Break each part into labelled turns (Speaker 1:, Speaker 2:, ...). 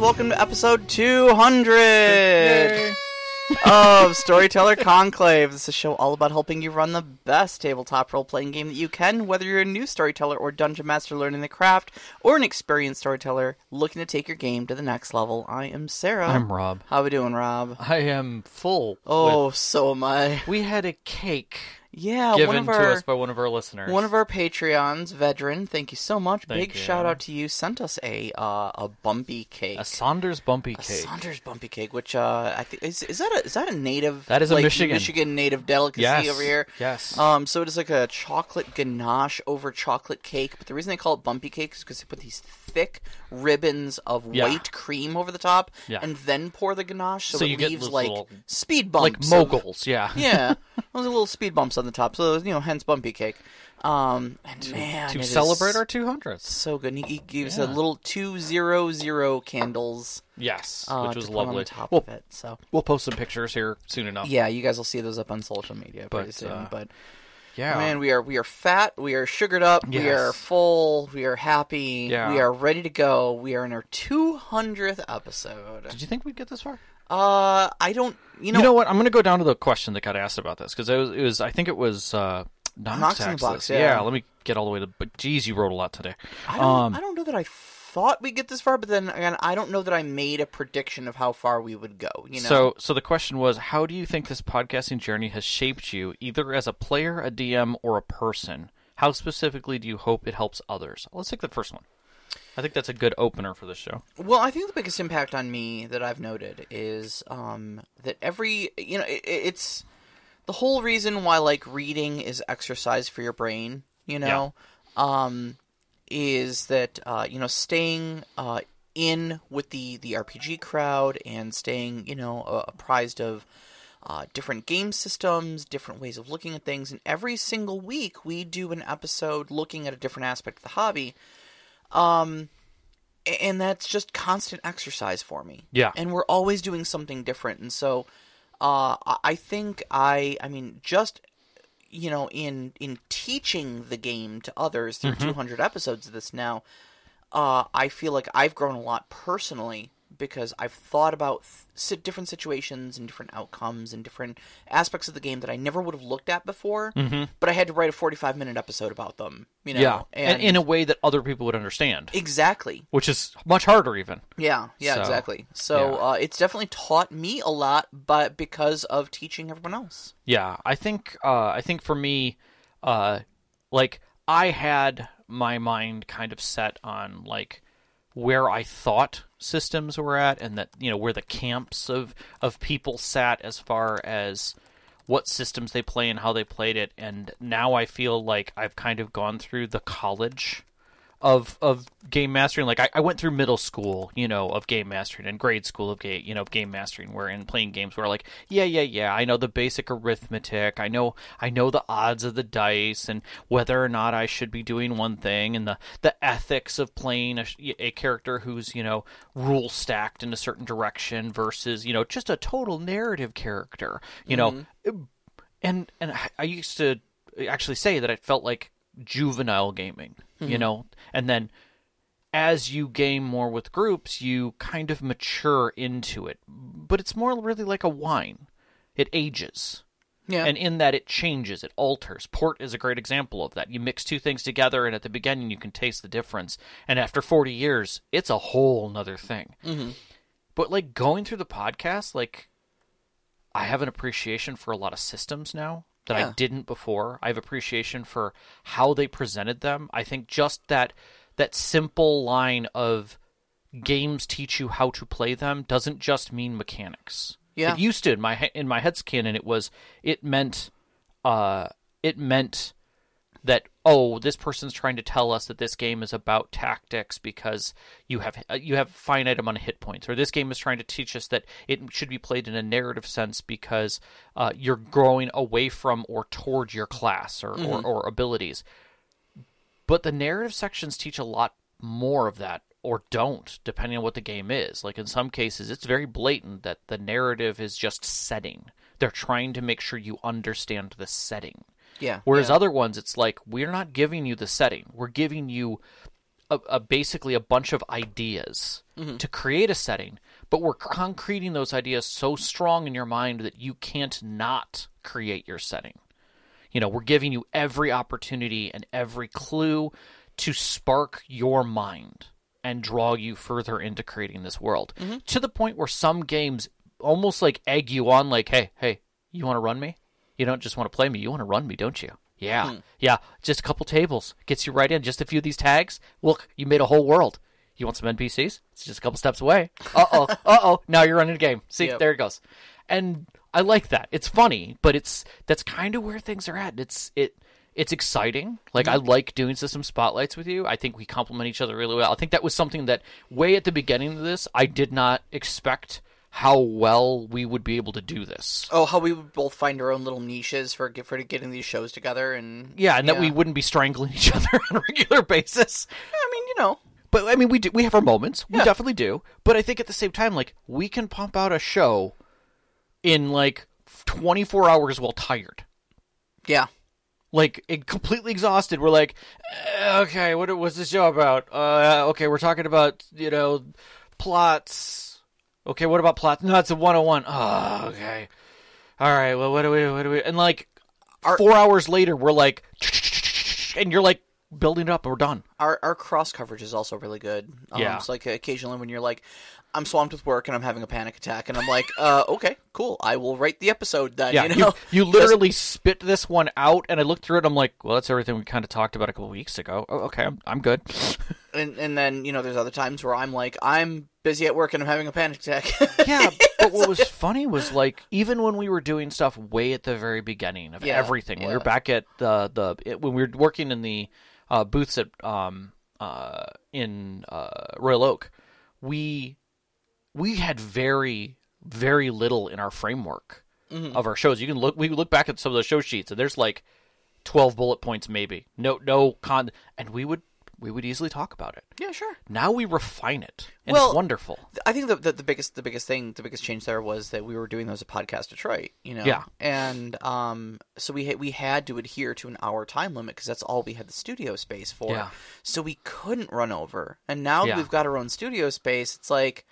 Speaker 1: welcome to episode 200 of Storyteller Conclave. This is a show all about helping you run the best tabletop role playing game that you can, whether you're a new storyteller or dungeon master learning the craft, or an experienced storyteller looking to take your game to the next level. I am Sarah.
Speaker 2: I'm Rob.
Speaker 1: How we doing, Rob?
Speaker 2: I am full.
Speaker 1: Oh,
Speaker 2: with-
Speaker 1: so am I.
Speaker 2: we had a cake
Speaker 1: Yeah, one
Speaker 2: given
Speaker 1: of
Speaker 2: to
Speaker 1: our
Speaker 2: us by one of our listeners.
Speaker 1: one of our Patreons, Vedran, thank you so much.
Speaker 2: Thank
Speaker 1: Big
Speaker 2: you.
Speaker 1: shout out to you. Sent us a uh, a bumpy cake.
Speaker 2: a Saunders bumpy
Speaker 1: A
Speaker 2: cake.
Speaker 1: Saunders bumpy cake, which uh, I think is is that a is that a native
Speaker 2: That is a
Speaker 1: like,
Speaker 2: Michigan.
Speaker 1: native delicacy
Speaker 2: yes.
Speaker 1: over here.
Speaker 2: Yes.
Speaker 1: Um, so it is like a chocolate ganache over chocolate cake, but the reason they call it bumpy cake is because they put these thick ribbons of
Speaker 2: Yeah.
Speaker 1: white cream over the top,
Speaker 2: Yeah.
Speaker 1: and then pour the ganache, so,
Speaker 2: So
Speaker 1: it
Speaker 2: you get
Speaker 1: leaves
Speaker 2: those
Speaker 1: like
Speaker 2: little-
Speaker 1: speed
Speaker 2: like
Speaker 1: bumps, of-
Speaker 2: moguls. Yeah.
Speaker 1: yeah, those are little speed bumps on the top, so you know, hence bumpy cake. Um, and man,
Speaker 2: to
Speaker 1: it is
Speaker 2: celebrate our 200th.
Speaker 1: so good. And he, he gives a
Speaker 2: Yeah.
Speaker 1: little two zero zero candles,
Speaker 2: Yes,
Speaker 1: uh,
Speaker 2: which was
Speaker 1: to put on
Speaker 2: lovely.
Speaker 1: the top
Speaker 2: We'll,
Speaker 1: of it. So
Speaker 2: we'll post some pictures here soon enough.
Speaker 1: yeah, you guys will see those up on social media pretty
Speaker 2: But,
Speaker 1: soon.
Speaker 2: uh,
Speaker 1: but
Speaker 2: Yeah.
Speaker 1: man, we are we are fat, we are sugared up, we
Speaker 2: Yes.
Speaker 1: are full, we are happy,
Speaker 2: Yeah.
Speaker 1: we are ready to go. We are in our two hundredth episode.
Speaker 2: Did you think we'd get this far?
Speaker 1: Uh, I don't, you know,
Speaker 2: You know what? I'm going to go down to the question that got asked about this because it was, it was I think it was uh, Knox,
Speaker 1: Knox in the
Speaker 2: asked
Speaker 1: Box,
Speaker 2: this.
Speaker 1: yeah.
Speaker 2: Let me get all the way to. But geez, you wrote a lot today.
Speaker 1: I don't,
Speaker 2: um,
Speaker 1: I don't know that I thought we'd get this far, but then again, I don't know that I made a prediction of how far we would go. You know,
Speaker 2: So, so the question was, how do you think this podcasting journey has shaped you, either as a player, a DM, or a person? How specifically do you hope it helps others? Let's take the first one. I think that's a good opener for this show.
Speaker 1: Well, I think the biggest impact on me that I've noted is um, that every you know it, it's the whole reason why like reading is exercise for your brain. You know, um, is that uh, you know staying uh, in with the the RPG crowd and staying you know uh, apprised of uh, different game systems, different ways of looking at things, and every single week we do an episode looking at a different aspect of the hobby Um, and that's just constant exercise for me.
Speaker 2: Yeah.
Speaker 1: And we're always doing something different. And so uh I- I think I I mean just you know in in teaching the game to others through
Speaker 2: Mm-hmm.
Speaker 1: 200 episodes of this now uh I feel like I've grown a lot personally because I've thought about th- si- different situations and different outcomes and different aspects of the game that I never would have looked at before,
Speaker 2: Mm-hmm.
Speaker 1: but I had to write a 45 minute episode about them, you know.
Speaker 2: and, in a way that other people would understand,
Speaker 1: exactly.
Speaker 2: which is much harder, even.
Speaker 1: Yeah, yeah,
Speaker 2: So,
Speaker 1: exactly. So
Speaker 2: yeah.
Speaker 1: uh, it's definitely taught me a lot, but because of teaching everyone else.
Speaker 2: Yeah, I think uh, I think for me, uh, like I had my mind kind of set on like where I thought systems were at, and that you know where the camps of of people sat as far as what systems they play and how they played it. And now I feel like I've kind of gone through the college of of game mastering. Like I, I went through middle school, you know, of game mastering and grade school of game, you know, of game mastering, where in playing games where like, yeah, yeah, yeah, I know the basic arithmetic, I know I know the odds of the dice and whether or not I should be doing one thing and the the ethics of playing a, sh- a character who's you know rule stacked in a certain direction versus you know just a total narrative character, you know and and I- I used to actually say that it felt like juvenile gaming, you know, and then as you game more with groups, you kind of mature into it. But it's more really like a wine; it ages,
Speaker 1: Yeah,
Speaker 2: and in that it changes, it alters. Port is a great example of that. You mix two things together, and at the beginning you can taste the difference, and after forty years, it's a whole nother thing. But like going through the podcast, like I have an appreciation for a lot of systems now that
Speaker 1: Yeah.
Speaker 2: I didn't before. I have appreciation for how they presented them. I think just that that simple line of games teach you how to play them doesn't just mean mechanics.
Speaker 1: Yeah.
Speaker 2: It used to in my he- in my head's canon it was it meant uh it meant that oh this person's trying to tell us that this game is about tactics because you have uh, you have finite amount of hit points or this game is trying to teach us that it should be played in a narrative sense because uh, you're growing away from or toward your class or, or, or abilities but the narrative sections teach a lot more of that or don't depending on what the game is like in some cases it's very blatant that the narrative is just setting they're trying to make sure you understand the setting
Speaker 1: yeah.
Speaker 2: Whereas
Speaker 1: yeah.
Speaker 2: other ones, it's like we're not giving you the setting; we're giving you a, a basically a bunch of ideas
Speaker 1: Mm-hmm.
Speaker 2: to create a setting, but we're concreting those ideas so strong in your mind that you can't not create your setting. You know, we're giving you every opportunity and every clue to spark your mind and draw you further into creating this world to the point where some games almost like egg you on, like, hey, hey, you want to run me? You don't just want to play me, you want to run me, don't you? Yeah, yeah, just a couple tables gets you right in. Just a few of these tags. Look, you made a whole world. You want some NPCs? It's just a couple steps away. Uh oh, uh oh. Now you're running a game. See,
Speaker 1: Yep.
Speaker 2: there it goes. And I like that. It's funny, but it's that's kind of where things are at. It's it it's exciting. Like
Speaker 1: Mm-hmm.
Speaker 2: I like doing system spotlights with you. I think we complement each other really well. I think that was something that way at the beginning of this I did not expect how well we would be able to do this.
Speaker 1: Oh, how we would both find our own little niches for for getting these shows together, and
Speaker 2: Yeah, and that
Speaker 1: Yeah.
Speaker 2: we wouldn't be strangling each other on a regular basis.
Speaker 1: I mean, you know,
Speaker 2: But I mean, we do, we have our moments. We definitely do. But I think at the same time, like we can pump out a show in like 24 hours while tired,
Speaker 1: yeah,
Speaker 2: like it, completely exhausted. We're like, "Eh, okay, what was this show about? Uh, okay, we're talking about you know plots. Okay, what about plots? No, it's a 101. Oh, okay. All right. Well, what do we? What do we? And like four hours later, we're like, and you're like building it up. We're done.
Speaker 1: our our cross coverage is also really good. Um,
Speaker 2: Yeah.
Speaker 1: so like occasionally when you're like, I'm swamped with work and I'm having a panic attack, and I'm like, uh, okay, cool, I will write the episode then.
Speaker 2: Yeah,
Speaker 1: you know,
Speaker 2: you, literally spit this one out, and I looked through it. and I'm like, well, that's everything we kind of talked about a couple weeks ago. Oh, okay, I'm, I'm good.
Speaker 1: and and then you know, there's other times where I'm like, I'm busy at work and I'm having a panic attack.
Speaker 2: yeah, but what was funny was like even when we were doing stuff way at the very beginning of
Speaker 1: Yeah,
Speaker 2: everything, when we were
Speaker 1: yeah.
Speaker 2: back at the the it, when we were working in the uh, booths at um uh in uh Royal Oak, we we had very very little in our framework
Speaker 1: Mm-hmm.
Speaker 2: of our shows. You can look we look back at some of those show sheets and there's like 12 bullet points maybe. No no con and we would we would easily talk about it.
Speaker 1: yeah, sure.
Speaker 2: Now we refine it. And
Speaker 1: Well,
Speaker 2: it's wonderful.
Speaker 1: I think the, the the biggest the biggest thing the biggest change there was that we were doing those at Podcast Detroit, you know,
Speaker 2: Yeah.
Speaker 1: and um, so we ha- we had to adhere to an hour time limit because that's all we had the studio space for,
Speaker 2: Yeah.
Speaker 1: so we couldn't run over. And now that
Speaker 2: Yeah.
Speaker 1: we've got our own studio space, it's like,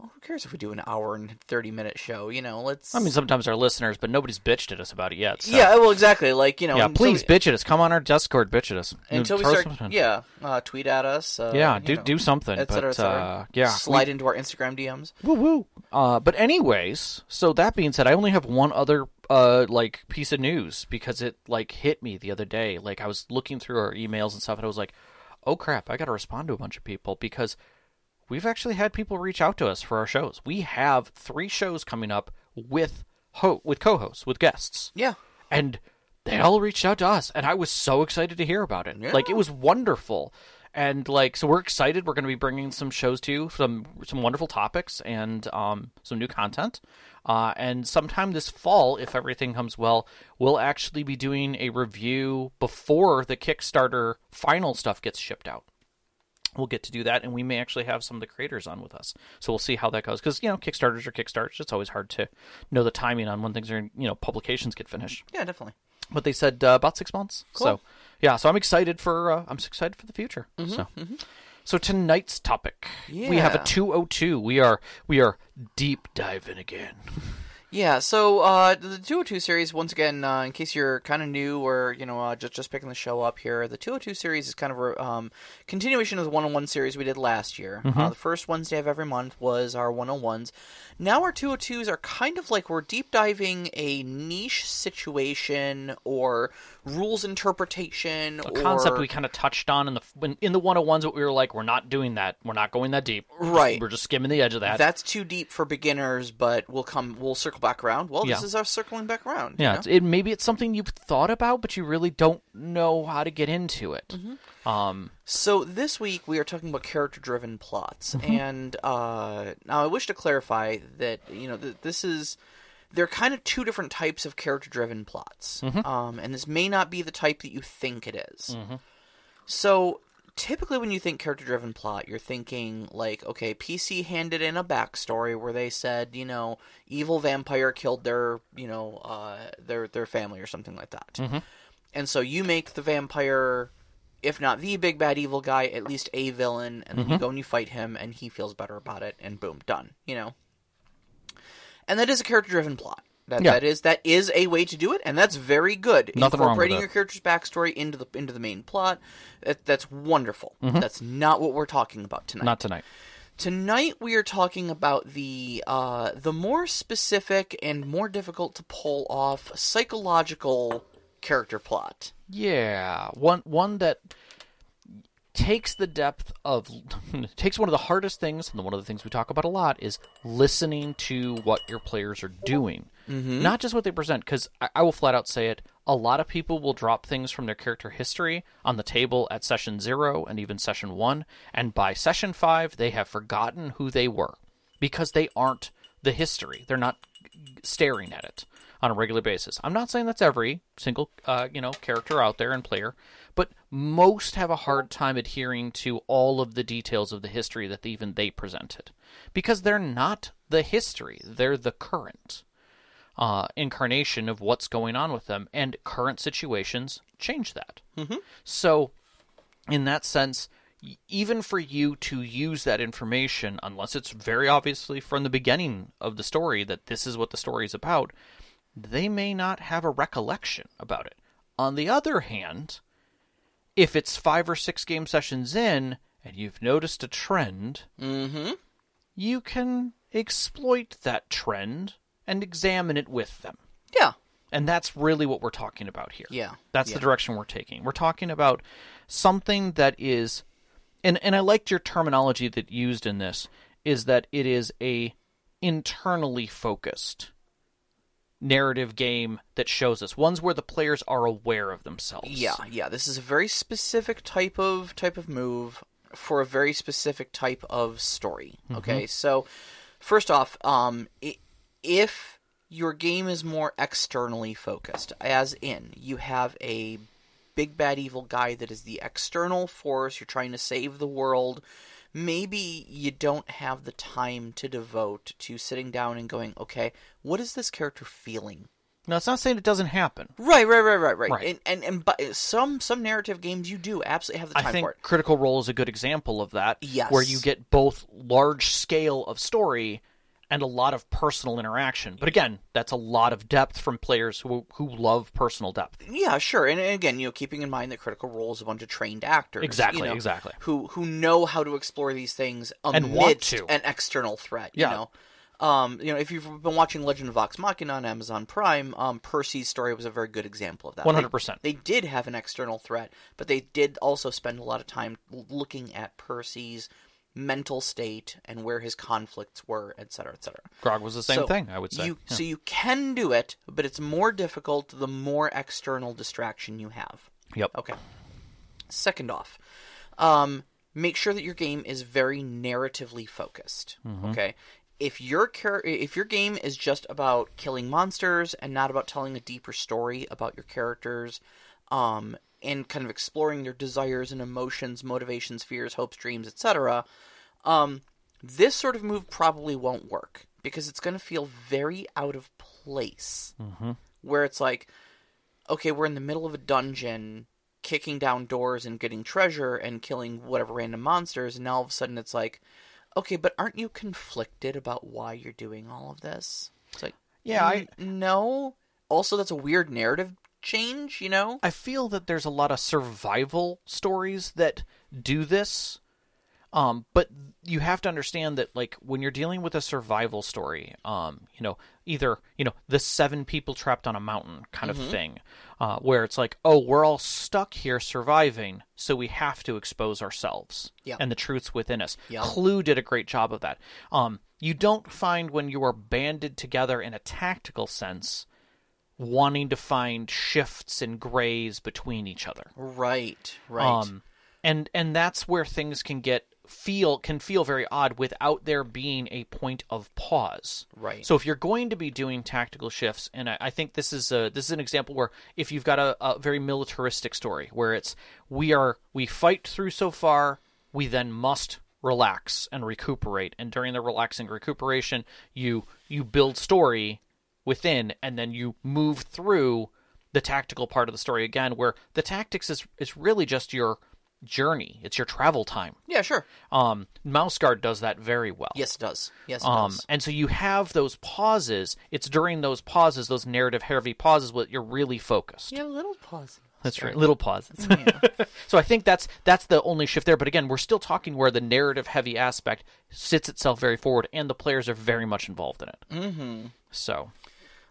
Speaker 1: oh, who cares if we do an hour and thirty minute show? You know, let's.
Speaker 2: I mean, sometimes our listeners, but nobody's bitched at us about it yet. So.
Speaker 1: yeah, well, exactly. Like you know,
Speaker 2: Yeah,
Speaker 1: until
Speaker 2: please
Speaker 1: we-
Speaker 2: bitch at us. Come on our Discord, bitch at us.
Speaker 1: until we
Speaker 2: Throw
Speaker 1: start,
Speaker 2: something.
Speaker 1: yeah, uh, tweet at us, uh,
Speaker 2: Yeah,
Speaker 1: you
Speaker 2: do
Speaker 1: know,
Speaker 2: do something.
Speaker 1: et cetera,
Speaker 2: but
Speaker 1: et cetera.
Speaker 2: uh, yeah,
Speaker 1: slide into our Instagram DMs.
Speaker 2: woo woo. Uh, but anyways, so that being said, I only have one other uh like piece of news because it like hit me the other day. Like I was looking through our emails and stuff, and I was like, oh crap, I got to respond to a bunch of people because we've actually had people reach out to us for our shows. We have three shows coming up with ho- with co-hosts with guests.
Speaker 1: Yeah,
Speaker 2: and they all reached out to us and i was so excited to hear about it like it was wonderful and like so we're excited we're going to be bringing some shows to you some some wonderful topics and um, some new content uh, and sometime this fall if everything comes well we'll actually be doing a review before the kickstarter final stuff gets shipped out we'll get to do that and we may actually have some of the creators on with us so we'll see how that goes because you know kickstarters are kickstarters it's always hard to know the timing on when things are you know publications get finished
Speaker 1: yeah, definitely.
Speaker 2: but they said uh, about six months. So yeah, so I'm excited for uh, I'm excited for the future. so so tonight's topic we have a
Speaker 1: Mm-hmm, Yeah.
Speaker 2: 202. We are we are deep diving again.
Speaker 1: Yeah, so uh, the 202 series, once again, uh, in case you're kind of new or you know uh, just just picking the show up here, the 202 series is kind of a um, continuation of the 101 series we did last year.
Speaker 2: Mm-hmm.
Speaker 1: Uh, the first Wednesday of every month was our 101s. Now our 202s are kind of like we're deep diving a niche situation or rules interpretation
Speaker 2: A concept
Speaker 1: or...
Speaker 2: we kind of touched on in the in, in the 101s, but we were like, we're not doing that. We're not going that deep. We're just-
Speaker 1: Right.
Speaker 2: We're just skimming the edge of that.
Speaker 1: That's too deep for beginners, but we'll come. We'll circle back around. Well, this
Speaker 2: Yeah.
Speaker 1: is our circling back around. you
Speaker 2: yeah,
Speaker 1: know?
Speaker 2: it's, it maybe it's something you've thought about, but you really don't know how to get into it.
Speaker 1: Mm-hmm.
Speaker 2: Um,
Speaker 1: So this week we are talking about character-driven plots, and uh, now I wish to clarify that you know th- this is there are kind of two different types of character-driven plots, um, and this may not be the type that you think it is. So typically, when you think character-driven plot, you're thinking like, okay, PC handed in a backstory where they said, you know, evil vampire killed their you know
Speaker 2: Mm-hmm.
Speaker 1: uh, their their family or something like that, and so you make the vampire if not the big bad evil guy, at least a villain, and then
Speaker 2: Mm-hmm.
Speaker 1: you go and you fight him, and he feels better about it, and boom, done. You know, and that is a character-driven plot. That,
Speaker 2: Yeah.
Speaker 1: that is that is a way to do it, and that's very good.
Speaker 2: Nothing wrong with
Speaker 1: Incorporating
Speaker 2: that.
Speaker 1: your character's backstory into the into the main plot, that, that's wonderful. That's not what we're talking about tonight.
Speaker 2: Not tonight.
Speaker 1: Tonight we are talking about the uh, the more specific and more difficult to pull off psychological character plot.
Speaker 2: Yeah, one one that takes the depth of takes one of the hardest things, and one of the things we talk about a lot is listening to what your players are doing, not just what they present. Because I, I will flat out say it: a lot of people will drop things from their character history on the table at session zero and even session one, and by session five, they have forgotten who they were because they aren't the history. They're not staring at it on a regular basis. I'm not saying that's every single uh, you know character out there and player, but most have a hard time adhering to all of the details of the history that even they presented because they're not the history; they're the current uh, incarnation of what's going on with them, and current situations change that. Mm-hmm. So in that sense, y- even for you to use that information, unless it's very obviously from the beginning of the story that this is what the story is about, they may not have a recollection about it. On the other hand, if it's five or six game sessions in and you've noticed a trend,
Speaker 1: Mm-hmm.
Speaker 2: you can exploit that trend and examine it with them.
Speaker 1: Yeah.
Speaker 2: And that's really what we're talking about here.
Speaker 1: Yeah.
Speaker 2: That's
Speaker 1: Yeah.
Speaker 2: the direction we're taking. We're talking about something that is and and I liked your terminology that used in this is that it is a internally focused narrative game that shows us ones where the players are aware of themselves.
Speaker 1: Yeah, yeah. This is a very specific type of type of move for a very specific type of story. Okay, so first off, um, i- if your game is more externally focused, as in you have a big bad evil guy that is the external force, you're trying to save the world. Maybe you don't have the time to devote to sitting down and going, okay, what is this character feeling
Speaker 2: Now it's not saying it doesn't happen.
Speaker 1: Right, right, right, right, right.
Speaker 2: Right.
Speaker 1: And and and but some some narrative games you do absolutely have the time
Speaker 2: I think
Speaker 1: for it.
Speaker 2: Critical Role is a good example of that.
Speaker 1: Yes.
Speaker 2: Where you get both large scale of story and a lot of personal interaction. But again, that's a lot of depth from players who who love personal depth.
Speaker 1: Yeah, sure. And, and again, you know, keeping in mind that Critical Role is a bunch of trained actors,
Speaker 2: Exactly,
Speaker 1: you know,
Speaker 2: exactly.
Speaker 1: who who know how to explore these things amidst
Speaker 2: And want to.
Speaker 1: an external threat.
Speaker 2: Yeah.
Speaker 1: You know, um, you know, if you've been watching Legend of Vox Machina on Amazon Prime, um, Percy's story was a very good example of that. They-
Speaker 2: 100%.
Speaker 1: They did have an external threat, but they did also spend a lot of time l- looking at Percy's mental state and where his conflicts were, et cetera, et cetera.
Speaker 2: Grog was the same
Speaker 1: So
Speaker 2: thing, I would say.
Speaker 1: You, So you can do it, but it's more difficult the more external distraction you have.
Speaker 2: yep.
Speaker 1: Okay. Second off, um, make sure that your game is very narratively focused.
Speaker 2: Mm-hmm.
Speaker 1: Okay. If your char- if your game is just about killing monsters and not about telling a deeper story about your characters, um, and kind of exploring their desires and emotions, motivations, fears, hopes, dreams, etc., um, this sort of move probably won't work because it's going to feel very out of place.
Speaker 2: Mm-hmm.
Speaker 1: Where it's like, okay, we're in the middle of a dungeon, kicking down doors and getting treasure and killing whatever random monsters, and now all of a sudden it's like, okay, but aren't you conflicted about why you're doing all of this? It's like,
Speaker 2: Yeah, I-
Speaker 1: "N- no. Also, that's a weird narrative change, you know?
Speaker 2: I feel that there's a lot of survival stories that do this. Um, but you have to understand that, like, when you're dealing with a survival story, um, you know, either you know the seven people trapped on a mountain kind of
Speaker 1: Mm-hmm.
Speaker 2: thing, uh, where it's like, oh, we're all stuck here surviving, so we have to expose ourselves
Speaker 1: Yeah.
Speaker 2: and the truths within us.
Speaker 1: Yeah.
Speaker 2: Clue did a great job of that. Um, you don't find when you are banded together in a tactical sense wanting to find shifts and grays between each other.
Speaker 1: Right, right.
Speaker 2: Um, and and that's where things can get feel can feel very odd without there being a point of pause.
Speaker 1: Right.
Speaker 2: So if you're going to be doing tactical shifts, and I, I think this is a this is an example where if you've got a, a very militaristic story where it's we are we fight through so far, we then must relax and recuperate, and during the relaxing recuperation, you you build story within, and then you move through the tactical part of the story again, where the tactics is is really just your journey. It's your travel time.
Speaker 1: Yeah, sure.
Speaker 2: Um, Mouse Guard does that very well.
Speaker 1: Yes, it does. Yes, it
Speaker 2: Um,
Speaker 1: does.
Speaker 2: and so you have those pauses. It's during those pauses, those narrative heavy pauses, that you're really focused.
Speaker 1: Yeah, little pause.
Speaker 2: That's right. Little pauses. so I think that's that's the only shift there. But again, we're still talking where the narrative heavy aspect sits itself very forward, and the players are very much involved in it. Mm-hmm. So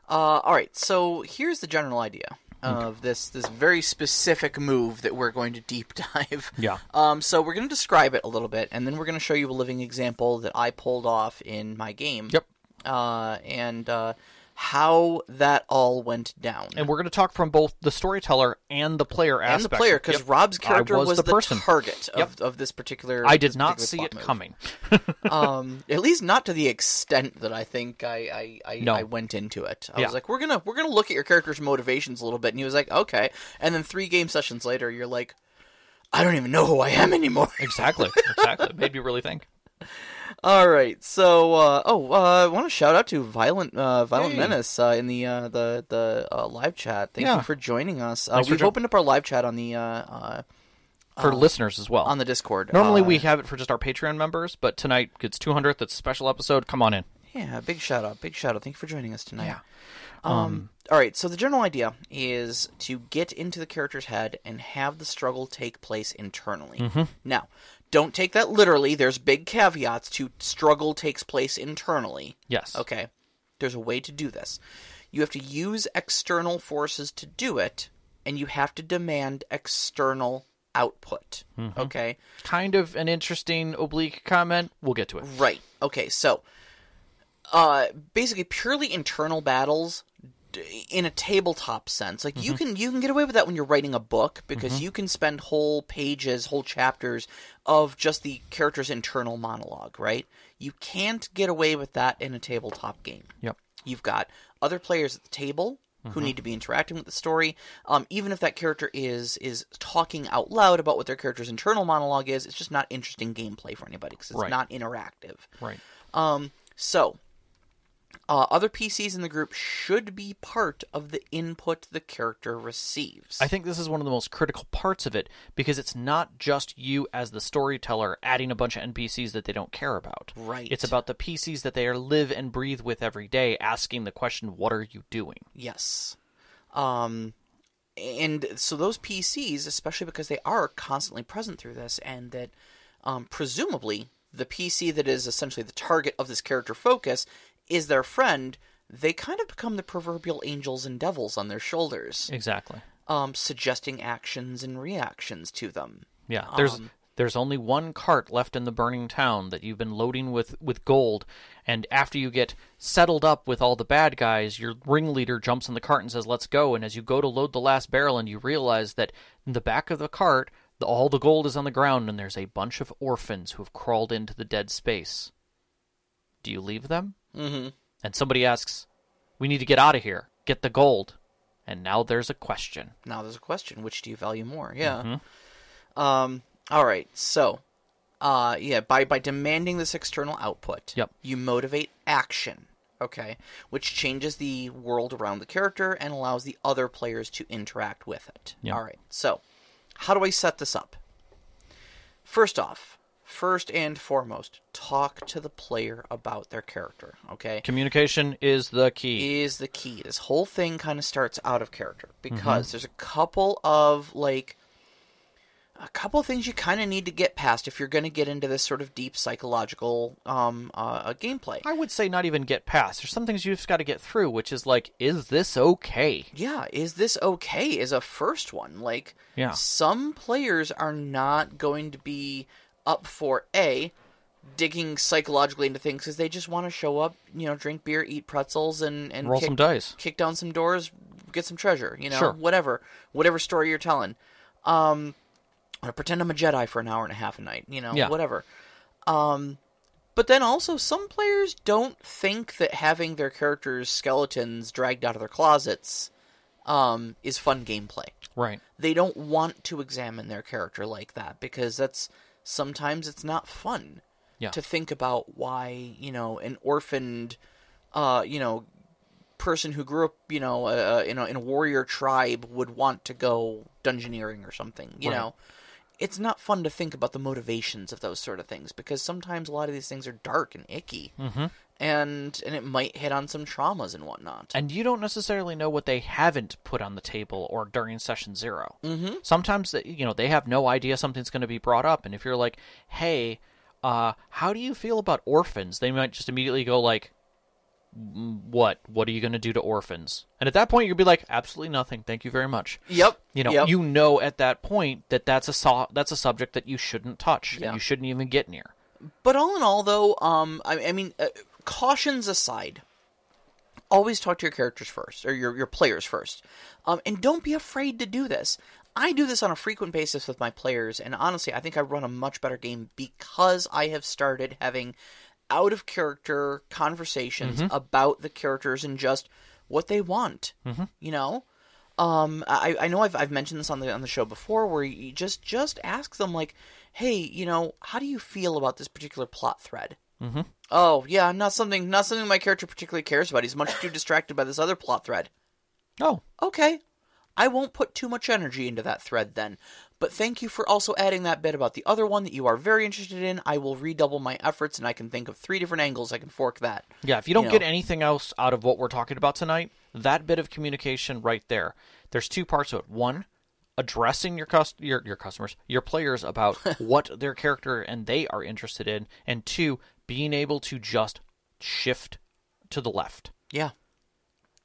Speaker 1: Uh, all right, so here's the general idea of this this very specific move that we're going to deep dive.
Speaker 2: Yeah.
Speaker 1: Um, so we're going to describe it a little bit, and then we're going to show you a living example that I pulled off in my game.
Speaker 2: Yep.
Speaker 1: Uh, and uh, how that all went down.
Speaker 2: and we're going to talk from both the storyteller and the player
Speaker 1: And the
Speaker 2: aspect.
Speaker 1: player, because
Speaker 2: Yep.
Speaker 1: Rob's
Speaker 2: I
Speaker 1: character
Speaker 2: was the person.
Speaker 1: target of,
Speaker 2: Yep.
Speaker 1: of this particular.
Speaker 2: I did
Speaker 1: this
Speaker 2: not
Speaker 1: particular
Speaker 2: see
Speaker 1: plot
Speaker 2: it
Speaker 1: move.
Speaker 2: coming.
Speaker 1: um, at least not to the extent that I think I I, I,
Speaker 2: No.
Speaker 1: I went into it. I
Speaker 2: Yeah.
Speaker 1: was like, we're gonna we're gonna look at your character's motivations a little bit, and he was like, okay. And then three game sessions later, you're like, I don't even know who I am anymore.
Speaker 2: exactly. Exactly. It made me really think.
Speaker 1: All right, so uh, oh, uh, I want to shout out to Violent uh, Violent Menace uh, in the uh, the the uh, live chat. Thank
Speaker 2: Yeah.
Speaker 1: you for joining us. Uh,
Speaker 2: Thanks for
Speaker 1: we've
Speaker 2: jo-
Speaker 1: opened up our live chat on the uh, uh,
Speaker 2: For listeners as well.
Speaker 1: on the Discord.
Speaker 2: Normally
Speaker 1: Uh,
Speaker 2: we have it for just our Patreon members, but tonight it's 200th. It's a special episode. Come on in.
Speaker 1: Yeah, big shout out, big shout out. Thank you for joining us tonight.
Speaker 2: Yeah.
Speaker 1: Um, all right, so the general idea is to get into the character's head and have the struggle take place internally. Now, don't take that literally. There's big caveats to struggle takes place internally.
Speaker 2: Yes.
Speaker 1: Okay. There's a way to do this. You have to use external forces to do it, and you have to demand external output. Okay?
Speaker 2: Kind of an interesting oblique comment. We'll get to it.
Speaker 1: Right. Okay. So, uh, basically, purely internal battles d- in a tabletop sense. Like you can you can get away with that when you're writing a book because you can spend whole pages, whole chapters of just the character's internal monologue. Right. You can't get away with that in a tabletop game.
Speaker 2: Yep.
Speaker 1: You've got other players at the table who need to be interacting with the story. Um, even if that character is is talking out loud about what their character's internal monologue is, it's just not interesting gameplay for anybody because it's
Speaker 2: Right.
Speaker 1: not interactive.
Speaker 2: Right.
Speaker 1: Um, so uh, other PCs in the group should be part of the input the character receives.
Speaker 2: I think this is one of the most critical parts of it because it's not just you as the storyteller adding a bunch of NPCs that they don't care about.
Speaker 1: Right.
Speaker 2: It's about the PCs that they are live and breathe with every day, asking the question, "What are you doing?"
Speaker 1: Yes. Um and so those PCs, especially because they are constantly present through this, and that um, presumably the PC that is essentially the target of this character focus is their friend, they kind of become the proverbial angels and devils on their shoulders,
Speaker 2: Exactly.
Speaker 1: um, suggesting actions and reactions to them.
Speaker 2: Yeah. There's there's only one cart left in the burning town that you've been loading with with gold, and after you get settled up with all the bad guys, your ringleader jumps on the cart and says, "Let's go." And as you go to load the last barrel, and you realize that in the back of the cart, the, all the gold is on the ground, and there's a bunch of orphans who have crawled into the dead space. Do you leave them?
Speaker 1: Mm-hmm.
Speaker 2: And somebody asks, "We need to get out of here. Get the gold." And now there's a question.
Speaker 1: Now there's a question: which do you value more? Yeah. Um. All right. So, uh, yeah. By by demanding this external output,
Speaker 2: Yep.
Speaker 1: you motivate action. Okay, which changes the world around the character and allows the other players to interact with it.
Speaker 2: Yep.
Speaker 1: All right. So, how do I set this up? First off, first and foremost, talk to the player about their character. Okay
Speaker 2: Communication is the key.
Speaker 1: is the key. This whole thing kind of starts out of character because
Speaker 2: Mm-hmm.
Speaker 1: there's a couple of like a couple of things you kind of need to get past if you're going to get into this sort of deep psychological um uh, uh, gameplay.
Speaker 2: I would say not even get past. There's some things you've just got to get through, which is like, is this okay?
Speaker 1: Yeah, is this okay? Is a first one like
Speaker 2: Yeah.
Speaker 1: some players are not going to be up for a digging psychologically into things because they just want to show up, you know, drink beer, eat pretzels, and and
Speaker 2: Roll
Speaker 1: kick-
Speaker 2: some dice.
Speaker 1: kick down some doors, get some treasure, you know,
Speaker 2: Sure.
Speaker 1: whatever, whatever story you're telling. Um, or pretend I'm a Jedi for an hour and a half a night, you know,
Speaker 2: Yeah.
Speaker 1: whatever. Um, but then also some players don't think that having their characters' skeletons dragged out of their closets um, is fun gameplay.
Speaker 2: Right.
Speaker 1: They don't want to examine their character like that because that's sometimes it's not fun
Speaker 2: Yeah.
Speaker 1: to think about why you know an orphaned uh you know person who grew up you know uh, in, a, in a warrior tribe would want to go dungeoneering or something you
Speaker 2: Right.
Speaker 1: know it's not fun to think about the motivations of those sort of things because sometimes a lot of these things are dark and icky, mm-hmm. and and it might hit on some traumas and whatnot.
Speaker 2: and you don't necessarily know what they haven't put on the table or during session 0 Mm-hmm. Sometimes they, you know they have no idea something's going to be brought up, and if you're like, "Hey, uh, how do you feel about orphans?" They might just immediately go like, "Mm, "What? What are you going to do to orphans?" And at that point, you'd be like, "Absolutely nothing. Thank you very much."
Speaker 1: Yep.
Speaker 2: You know,
Speaker 1: Yep.
Speaker 2: you know at that point that that's a so- that's a subject that you shouldn't touch. and
Speaker 1: Yeah.
Speaker 2: you shouldn't even get near.
Speaker 1: But all in all, though, um, I, I mean, uh, cautions aside, always talk to your characters first or your your players first, um, and don't be afraid to do this. I do this on a frequent basis with my players, and honestly, I think I run a much better game because I have started having out of character conversations about the characters and just what they want. You know, um, I, I know I've, I've mentioned this on the on the show before, where you just just ask them like, "Hey, you know, how do you feel about this particular plot thread?" Mm-hmm. Oh yeah, not something not something my character particularly cares about. He's much too distracted by this other plot thread.
Speaker 2: Oh,
Speaker 1: Okay, I won't put too much energy into that thread then. But thank you for also adding that bit about the other one that you are very interested in. I will redouble my efforts, and I can think of three different angles I can fork that.
Speaker 2: Yeah, if you don't
Speaker 1: You know.
Speaker 2: get anything else out of what we're talking about tonight, that bit of communication right there. There's two parts of it. One, addressing your cus- your your customers, your players about what their character and they are interested in, and two, being able to just shift to the left
Speaker 1: Yeah,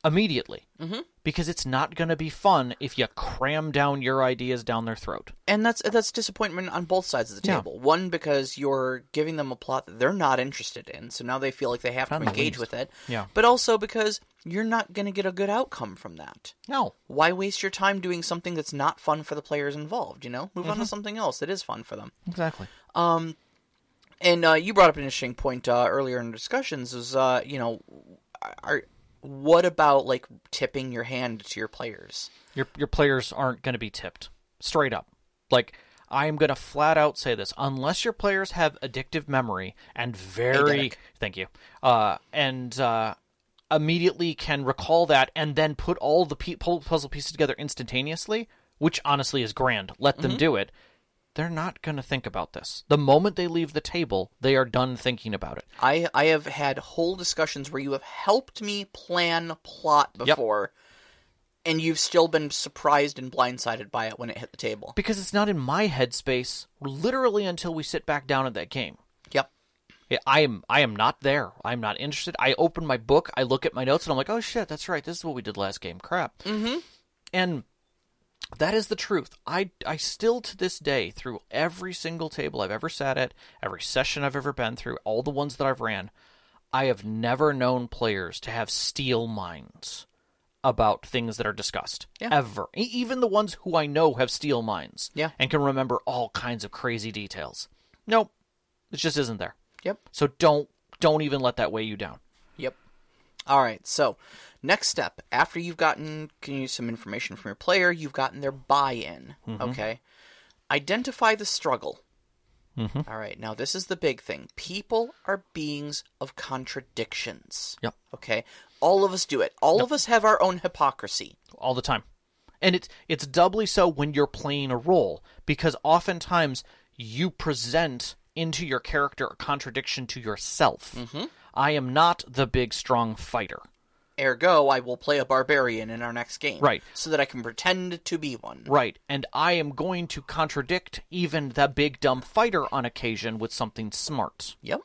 Speaker 2: immediately. Mm-hmm. Because it's not going to be fun if you cram down your ideas down their throat.
Speaker 1: and that's that's disappointment on both sides of the
Speaker 2: Yeah.
Speaker 1: table. One because you're giving them a plot that they're not interested in, so now they feel like they have
Speaker 2: Not in
Speaker 1: to
Speaker 2: the
Speaker 1: engage
Speaker 2: least.
Speaker 1: with it.
Speaker 2: Yeah.
Speaker 1: But also because you're not going to get a good outcome from that.
Speaker 2: No.
Speaker 1: Why waste your time doing something that's not fun for the players involved? You know, move on to
Speaker 2: Mm-hmm.
Speaker 1: something else that is fun for them.
Speaker 2: Exactly.
Speaker 1: And uh, you brought up an interesting point uh, earlier in discussions. Was uh, you know, are what about like tipping your hand to your players?
Speaker 2: your your players aren't going to be tipped straight up like i am going to flat out say this unless your players have addictive memory and very
Speaker 1: Eidetic.
Speaker 2: thank you uh and uh immediately can recall that and then put all the pe- pu- puzzle pieces together instantaneously which honestly is grand let them do it they're not going to think about this the moment they leave the table they are done thinking about it
Speaker 1: I I have had whole discussions where you have helped me plan plot before, and you've still been surprised and blindsided by it when it hit the table.
Speaker 2: because it's not in my headspace literally until we sit back down at that game
Speaker 1: Yep.
Speaker 2: Yeah, I am. I am not there. I'm not interested. I open my book. I look at my notes, and I'm like, "Oh shit, that's right. This is what we did last game. Crap." Mm-hmm. And that is the truth. I I still to this day, through every single table I've ever sat at, every session I've ever been through, all the ones that I've ran, I have never known players to have steel minds about things that are discussed
Speaker 1: Yeah.
Speaker 2: ever. E- even the ones who I know have steel minds,
Speaker 1: Yeah.
Speaker 2: and can remember all kinds of crazy details. Nope, it just isn't there.
Speaker 1: Yep.
Speaker 2: So don't don't even let that weigh you down.
Speaker 1: Yep. All right. So, next step after you've gotten can you use some information from your player, you've gotten their buy-in. Okay. Identify the struggle. All right. Now this is the big thing. People are beings of contradictions.
Speaker 2: Yep.
Speaker 1: Okay. All of us do it. All of us have our own hypocrisy.
Speaker 2: All the time. And it's it's doubly so when you're playing a role because oftentimes you present into your character a contradiction to yourself. I am not the big strong fighter.
Speaker 1: Ergo, I will play a barbarian in our next game.
Speaker 2: Right.
Speaker 1: So that I can pretend to be one.
Speaker 2: Right. And I am going to contradict even the big dumb fighter on occasion with something smart.
Speaker 1: Yep.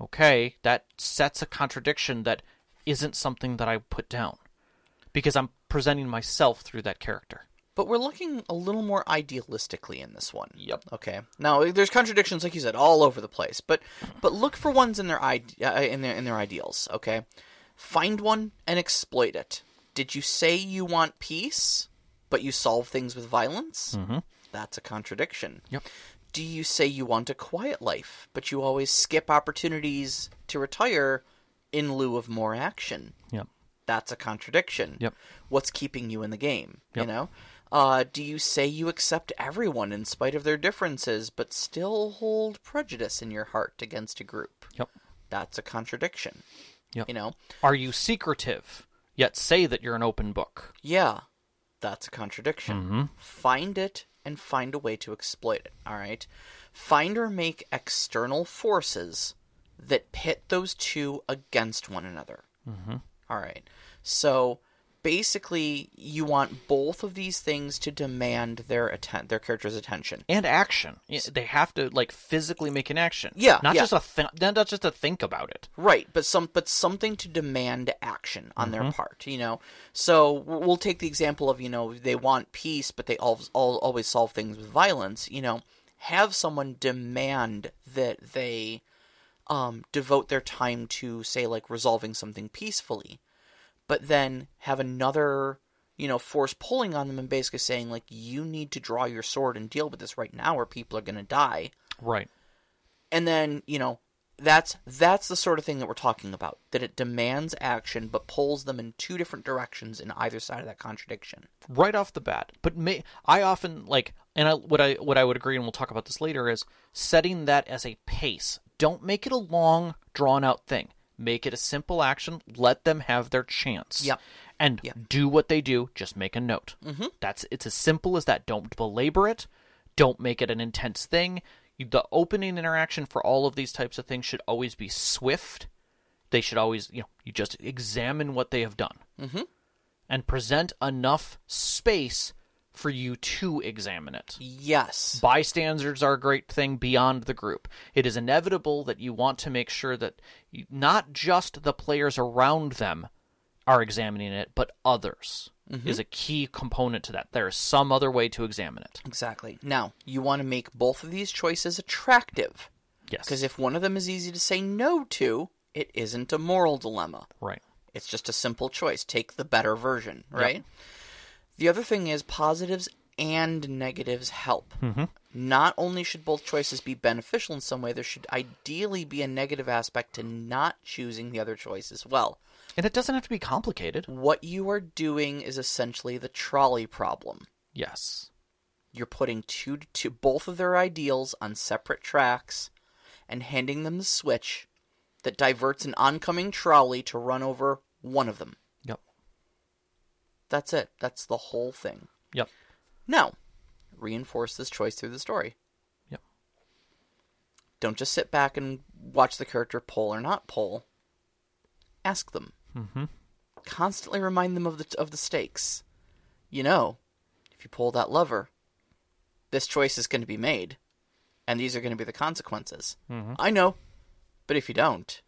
Speaker 2: okay, that sets a contradiction that isn't something that I put down because I'm presenting myself through that character.
Speaker 1: But we're looking a little more idealistically in this one.
Speaker 2: Yep.
Speaker 1: Okay. Now there's contradictions, like you said, all over the place. But but look for ones in their ide- uh, in their in their ideals. Okay. Find one and exploit it. Did you say you want peace, but you solve things with violence? Mm-hmm. That's a contradiction.
Speaker 2: Yep.
Speaker 1: Do you say you want a quiet life, but you always skip opportunities to retire in lieu of more action?
Speaker 2: Yep.
Speaker 1: that's a contradiction.
Speaker 2: Yep.
Speaker 1: What's keeping you in the game? You know? Uh, do you say you accept everyone in spite of their differences, but still hold prejudice in your heart against a group?
Speaker 2: Yep.
Speaker 1: That's a contradiction.
Speaker 2: Yep.
Speaker 1: You know?
Speaker 2: Are you secretive yet say that you're an open book?
Speaker 1: Yeah, that's a contradiction. Find it and find a way to exploit it. All right. Find or make external forces that pit those two against one another.
Speaker 2: Mhm.
Speaker 1: All right. So basically, you want both of these things to demand their atten- their character's attention.
Speaker 2: and action. Yeah, They have to like physically make an action.
Speaker 1: Yeah,
Speaker 2: not
Speaker 1: yeah.
Speaker 2: just a th- not just to think about it.
Speaker 1: Right, but some but something to demand action on their part, you know. So w- we'll take the example of you know they want peace, but they all, all always solve things with violence. You know, have someone demand that they um, devote their time to say like resolving something peacefully, but then have another you know force pulling on them and basically saying like you need to draw your sword and deal with this right now, or people are going to die
Speaker 2: Right.
Speaker 1: and then you know that's that's the sort of thing that we're talking about that it demands action but pulls them in two different directions in either side of that contradiction
Speaker 2: right off the bat. But may, I often like, and I, what I what I would agree, and we'll talk about this later, is setting that as a pace. Don't make it a long, drawn out thing. Make it a simple action. Let them have their chance.
Speaker 1: Yep.
Speaker 2: And do what they do. Just make a note. Mm-hmm. That's it's as simple as that. Don't belabor it. Don't make it an intense thing. You- The opening interaction for all of these types of things should always be swift. They should always, you know, you just examine what they have done and present enough space for you to examine it.
Speaker 1: yes
Speaker 2: Bystanders are a great thing beyond the group. It is inevitable that you want to make sure that you, not just the players around them are examining it, but others is a key component to that. There is some other way to examine it.
Speaker 1: exactly now you want to make both of these choices attractive
Speaker 2: Yes.
Speaker 1: because if one of them is easy to say no to it isn't a moral dilemma
Speaker 2: right.
Speaker 1: It's just a simple choice. Take the better version, right? The other thing is positives and negatives help.
Speaker 2: Mm-hmm.
Speaker 1: Not only should both choices be beneficial in some way, there should ideally be a negative aspect to not choosing the other choice as well.
Speaker 2: And it doesn't have to be complicated.
Speaker 1: What you are doing is essentially the trolley problem.
Speaker 2: Yes.
Speaker 1: You're putting two, two both of their ideals on separate tracks and handing them the switch that diverts an oncoming trolley to run over one of them.
Speaker 2: Yep.
Speaker 1: That's it. That's the whole thing.
Speaker 2: Yep.
Speaker 1: Now, reinforce this choice through the story.
Speaker 2: Yep.
Speaker 1: Don't just sit back and watch the character pull or not pull. Ask them. Mm-hmm. Constantly remind them of the of the stakes. You know, if you pull that lever, this choice is going to be made, and these are going to be the consequences. I know, but if you don't,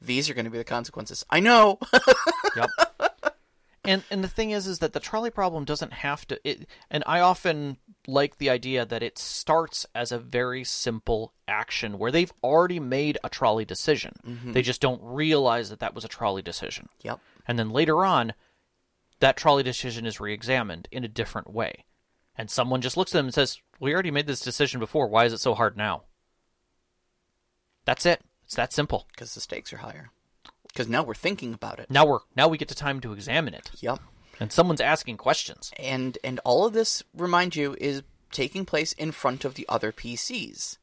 Speaker 1: these are going to be the consequences. I know.
Speaker 2: yep. And and the thing is, is that the trolley problem doesn't have to. It, and I often like the idea that it starts as a very simple action where they've already made a trolley decision. They just don't realize that that was a trolley decision.
Speaker 1: yep.
Speaker 2: And then later on, that trolley decision is re-examined in a different way, and someone just looks at them and says, "We already made this decision before. Why is it so hard now?" That's it. It's that simple.
Speaker 1: because the stakes are higher. Because now we're thinking about it.
Speaker 2: Now we're now we get to time to examine it,
Speaker 1: Yep.
Speaker 2: and someone's asking questions.
Speaker 1: And and all of this, remind you, is taking place in front of the other PCs.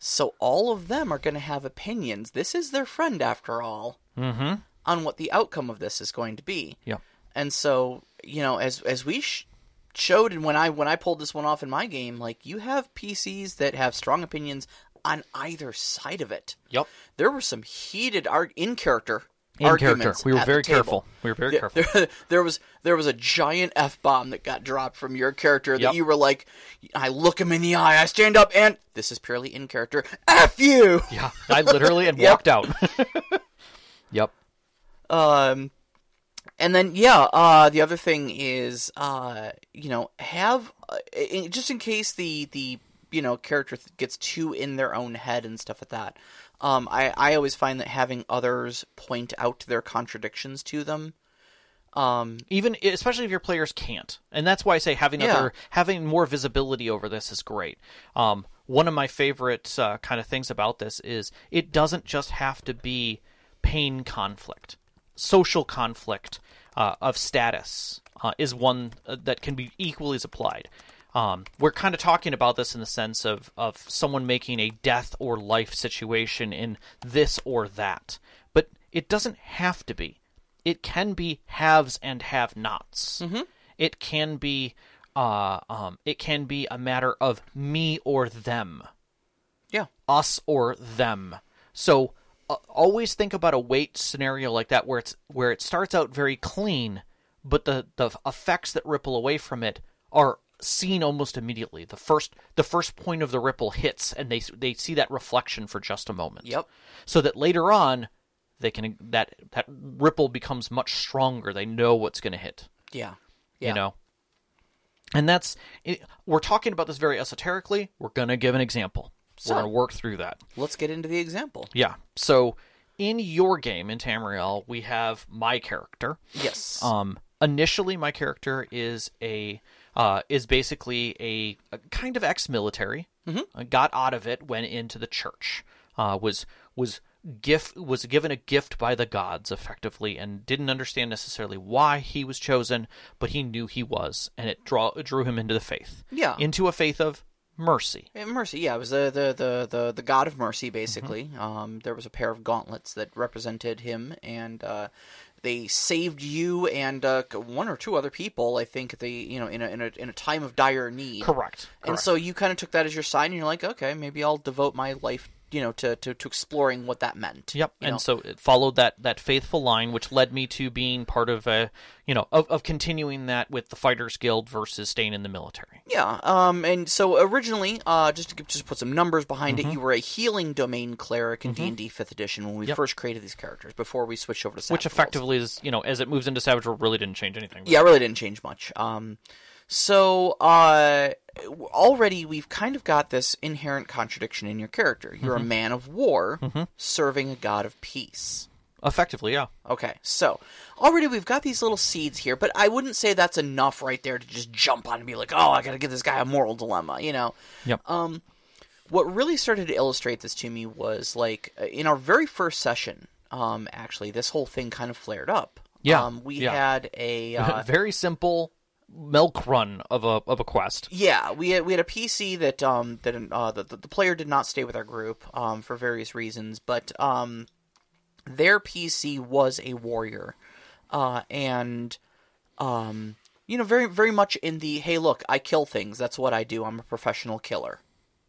Speaker 1: So all of them are going to have opinions. This is their friend, after all,
Speaker 2: Mm-hmm.
Speaker 1: on what the outcome of this is going to be.
Speaker 2: Yeah.
Speaker 1: And so you know, as as we sh- showed, and when I when I pulled this one off in my game, like you have PCs that have strong opinions on either side of it.
Speaker 2: Yep.
Speaker 1: There were some heated arg- in character.
Speaker 2: In character,
Speaker 1: arguments
Speaker 2: we were
Speaker 1: at the
Speaker 2: very
Speaker 1: table.
Speaker 2: careful. We were very
Speaker 1: There-
Speaker 2: careful.
Speaker 1: There, there was there was a giant f bomb that got dropped from your character that
Speaker 2: Yep.
Speaker 1: you were like, I look him in the eye, I stand up, and this is purely in character. F you.
Speaker 2: Yeah, I literally and walked out. yep.
Speaker 1: Um, and then yeah, uh, the other thing is, uh, you know, have uh, in, just in case the the you know character th- gets too in their own head and stuff like that. Um, I I always find that having others point out their contradictions to them. Um,
Speaker 2: Even especially if your players can't, and that's why I say having
Speaker 1: Yeah.
Speaker 2: other having more visibility over this is great. Um, one of my favorite uh, kind of things about this is it doesn't just have to be pain conflict, social conflict uh, of status uh, is one uh, that can be equally as applied. Um, we're kind of talking about this in the sense of, of someone making a death or life situation in this or that. But it doesn't have to be. It can be haves and have nots. It can be uh, um, it can be a matter of me or them,
Speaker 1: Yeah.
Speaker 2: us or them. So uh, always think about a weight scenario like that where it's where it starts out very clean, but the the effects that ripple away from it are seen almost immediately. The first the first point of the ripple hits, and they they see that reflection for just a moment
Speaker 1: Yep.
Speaker 2: so that later on they can that that ripple becomes much stronger they know what's going to hit
Speaker 1: Yeah. Yeah.
Speaker 2: you know and that's it, we're talking about this very esoterically we're going to give an example
Speaker 1: So-
Speaker 2: we're going to work through that
Speaker 1: Let's get into the example.
Speaker 2: yeah so in your game in tamriel we have my character
Speaker 1: Yes.
Speaker 2: um initially my character is a uh, is basically a, a kind of ex-military Uh, got out of it went into the church uh, was was gift was given a gift by the gods effectively and didn't understand necessarily why he was chosen but he knew he was and it draw drew him into the faith
Speaker 1: Yeah.
Speaker 2: into a faith of mercy
Speaker 1: And mercy, yeah, it was the the the the, the god of mercy, basically.
Speaker 2: Mm-hmm.
Speaker 1: Um, there was a pair of gauntlets that represented him, and uh, they saved you and uh, one or two other people. I think they, you know, in a in a in a time of dire need.
Speaker 2: correct, correct.
Speaker 1: And so you kind of took that as your sign, and you're like, okay, maybe I'll devote my life, you know, to to, to exploring what that meant.
Speaker 2: Yep,
Speaker 1: you
Speaker 2: and
Speaker 1: know?
Speaker 2: so it followed that that faithful line, which led me to being part of a, you know, of, of continuing that with the Fighters Guild versus staying in the military.
Speaker 1: Yeah, um, and so originally, uh, just to give- just put some numbers behind
Speaker 2: Mm-hmm.
Speaker 1: it, you were a healing domain cleric in D and D Fifth Edition when we first created these characters before we switched over to
Speaker 2: Which
Speaker 1: Savage Worlds.
Speaker 2: effectively is, you know, as it moves into Savage World, really didn't change anything.
Speaker 1: yeah, it really didn't change much. Um, so uh, already we've kind of got this inherent contradiction in your character. You're
Speaker 2: Mm-hmm.
Speaker 1: a man of war serving a god of peace.
Speaker 2: effectively, yeah.
Speaker 1: Okay, so already we've got these little seeds here, but I wouldn't say that's enough right there to just jump on and be like, "Oh, I got to give this guy a moral dilemma," you know.
Speaker 2: Yep.
Speaker 1: Um, what really started to illustrate this to me was like uh, in our very first session. Um, actually, this whole thing kind of flared up.
Speaker 2: Yeah,
Speaker 1: Um, we
Speaker 2: yeah.
Speaker 1: had a uh,
Speaker 2: Very simple milk run of a of a quest.
Speaker 1: Yeah, we had, we had a PC that um that uh the, the player did not stay with our group um for various reasons, but um their PC was a warrior, uh and um you know very very much in the hey look I kill things that's what I do I'm a professional killer,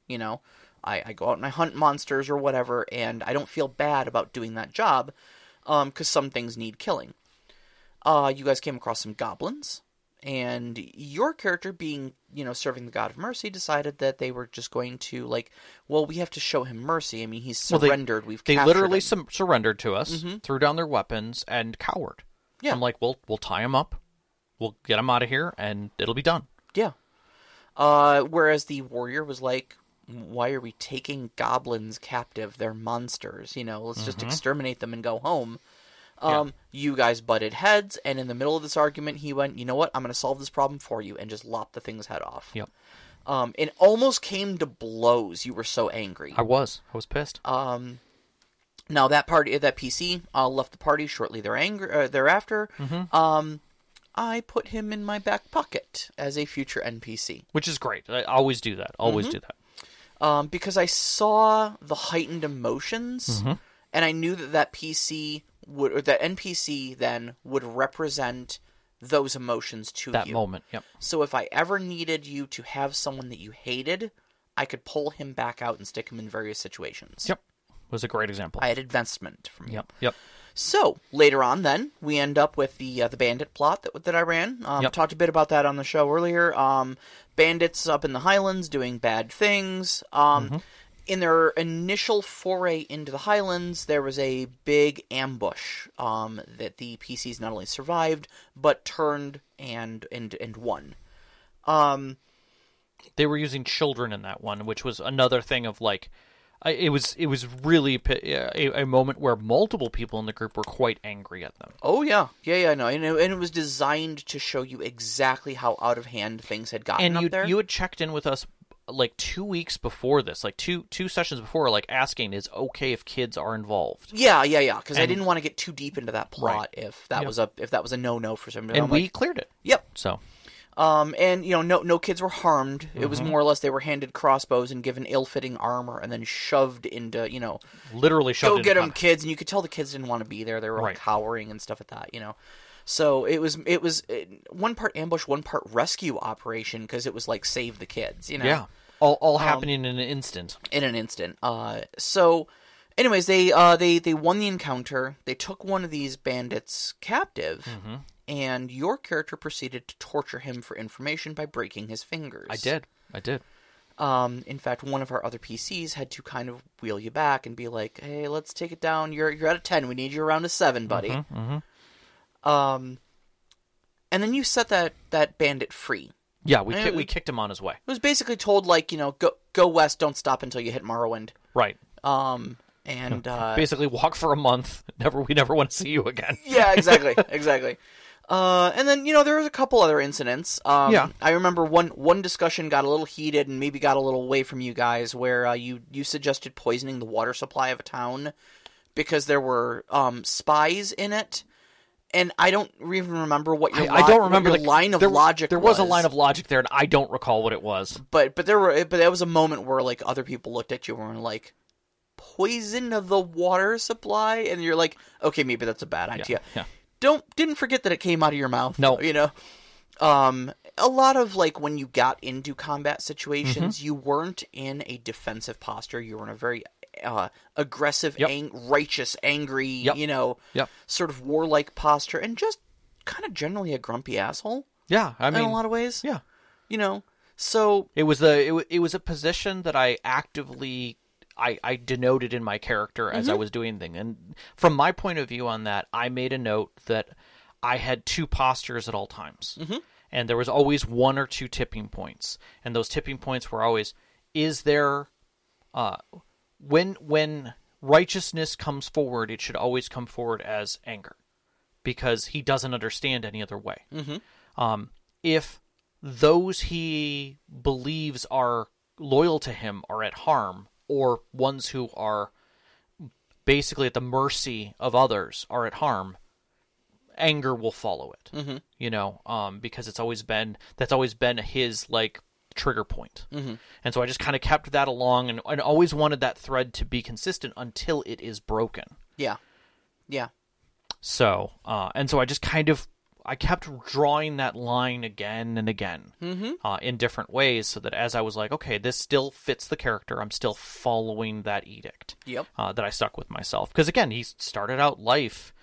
Speaker 1: you know I I go out and I hunt monsters or whatever and I don't feel bad about doing that job, um because some things need killing uh, you guys came across some goblins, and your character, being you know serving the god of mercy, decided that they were just going to like, well, we have to show him mercy. I mean, he's
Speaker 2: they-
Speaker 1: surrendered. We've
Speaker 2: They
Speaker 1: captured
Speaker 2: literally
Speaker 1: him. Mm-hmm.
Speaker 2: sum- surrendered to us, threw down their weapons, and cowered.
Speaker 1: Yeah.
Speaker 2: I'm like, well, we'll tie him up, we'll get him out of here, and it'll be done.
Speaker 1: yeah. Uh, whereas the warrior was like, why are we taking goblins captive? They're monsters. You know, let's just exterminate them and go home. Um, you guys butted heads, and in the middle of this argument, he went, you know what? I'm going to solve this problem for you, and just lop the thing's head off.
Speaker 2: Yep.
Speaker 1: Um, it almost came to blows. You were so angry.
Speaker 2: I was, I was pissed.
Speaker 1: Um, now that party, that PC, uh, left the party shortly thereang- uh, thereafter. Um, I put him in my back pocket as a future NPC
Speaker 2: which is great. I always do that. Always
Speaker 1: Mm-hmm.
Speaker 2: do that.
Speaker 1: um, because I saw the heightened emotions,
Speaker 2: Mm-hmm.
Speaker 1: and I knew that that PC would, or that NPC then would represent those emotions to
Speaker 2: That
Speaker 1: you.
Speaker 2: moment. Yep.
Speaker 1: So if I ever needed you to have someone that you hated, I could pull him back out and stick him in various situations.
Speaker 2: Yep. Was a great example.
Speaker 1: I had advancement from you.
Speaker 2: Yep. Yep.
Speaker 1: So later on, then we end up with the uh, the bandit plot that that I ran. Um,
Speaker 2: Yep.
Speaker 1: Talked a bit about that on the show earlier. Um, bandits up in the highlands doing bad things. Um, In their initial foray into the highlands, there was a big ambush um, that the PCs not only survived but turned and and and won. Um,
Speaker 2: They were using children in that one, which was another thing of like, I, it was it was really pi- a, a moment where multiple people in the group were quite angry at them.
Speaker 1: oh yeah, yeah, yeah, no, and it, and it was designed to show you exactly how out of hand things had gotten
Speaker 2: And
Speaker 1: up
Speaker 2: you
Speaker 1: there.
Speaker 2: you had checked in with us like two weeks before this, like two two sessions before, like asking is it okay if kids are involved.
Speaker 1: Yeah, yeah, yeah. Because I didn't want to get too deep into that plot if that
Speaker 2: Yep.
Speaker 1: was a if that was a no no for some reason.
Speaker 2: And
Speaker 1: I'm
Speaker 2: we
Speaker 1: like,
Speaker 2: cleared it.
Speaker 1: yep.
Speaker 2: So
Speaker 1: Um, and you know, no no kids were harmed. It
Speaker 2: Mm-hmm.
Speaker 1: was more or less they were handed crossbows and given ill fitting armor and then shoved into you know
Speaker 2: literally, shoved
Speaker 1: go
Speaker 2: in
Speaker 1: get
Speaker 2: the
Speaker 1: them
Speaker 2: con-
Speaker 1: kids and you could tell the kids didn't want to be there. They were all
Speaker 2: Right.
Speaker 1: cowering and stuff at that. You know. So it was it was uh, one part ambush, one part rescue operation because it was like save the kids, you know.
Speaker 2: Yeah. All, all happening in an instant.
Speaker 1: in an instant. Uh, so, anyways, they uh, they they won the encounter. They took one of these bandits captive,
Speaker 2: Mm-hmm.
Speaker 1: and your character proceeded to torture him for information by breaking his fingers.
Speaker 2: I did. I did.
Speaker 1: Um, in fact, one of our other PCs had to kind of wheel you back and be like, "Hey, let's take it down. You're you're at a ten. We need you around a seven, buddy."
Speaker 2: Mm-hmm,
Speaker 1: Um, and then you set that that bandit free.
Speaker 2: Yeah, we
Speaker 1: Yeah,
Speaker 2: ki- we
Speaker 1: we-
Speaker 2: kicked him on his way.
Speaker 1: It was basically told like you know go go west, don't stop until you hit Morrowind.
Speaker 2: Right.
Speaker 1: Um, and uh,
Speaker 2: Basically, walk for a month. Never. We never want to see you again.
Speaker 1: yeah, exactly, exactly. Uh, and then you know there was a couple other incidents. Um,
Speaker 2: Yeah.
Speaker 1: I remember one one discussion got a little heated and maybe got a little away from you guys, where uh, you you suggested poisoning the water supply of a town because there were um, spies in it, and I don't even remember what your
Speaker 2: I, I
Speaker 1: lo-
Speaker 2: don't
Speaker 1: what
Speaker 2: remember
Speaker 1: your
Speaker 2: the
Speaker 1: line of
Speaker 2: there,
Speaker 1: logic.
Speaker 2: There was a line of logic there, and I don't recall what it was.
Speaker 1: but but there were but that was a moment where like other people looked at you and were like poison of the water supply and you're like okay maybe that's a bad idea
Speaker 2: yeah.
Speaker 1: don't didn't forget that it came out of your mouth
Speaker 2: No.
Speaker 1: you know um a lot of like when you got into combat situations
Speaker 2: Mm-hmm.
Speaker 1: you weren't in a defensive posture you were in a very uh aggressive
Speaker 2: Yep.
Speaker 1: ang- righteous angry
Speaker 2: Yep.
Speaker 1: you know
Speaker 2: Yep.
Speaker 1: sort of warlike posture and just kind of generally a grumpy asshole
Speaker 2: Yeah, I mean,
Speaker 1: in a lot of ways
Speaker 2: yeah.
Speaker 1: you know so
Speaker 2: It was the it, wa- it was a position that I actively I, I denoted in my character as I was doing thing. And from my point of view on that, I made a note that I had two postures at all times. And there was always one or two tipping points. And those tipping points were always is there uh when when righteousness comes forward, it should always come forward as anger because he doesn't understand any other way. Um, if those he believes are loyal to him are at harm, or ones who are basically at the mercy of others are at harm, anger will follow it. Mm-hmm. You know, um, because it's always been that's always been his like trigger point, mm-hmm. and so I just kind of kept that along and, and always wanted that thread to be consistent until it is broken.
Speaker 1: Yeah. Yeah.
Speaker 2: So, uh, and so I just kind of I kept drawing that line again and again
Speaker 1: Mm-hmm.
Speaker 2: uh, in different ways, so that as I was like, okay, this still fits the character. I'm still following that edict.
Speaker 1: Yep.
Speaker 2: Uh, that I stuck with myself because again, he started out life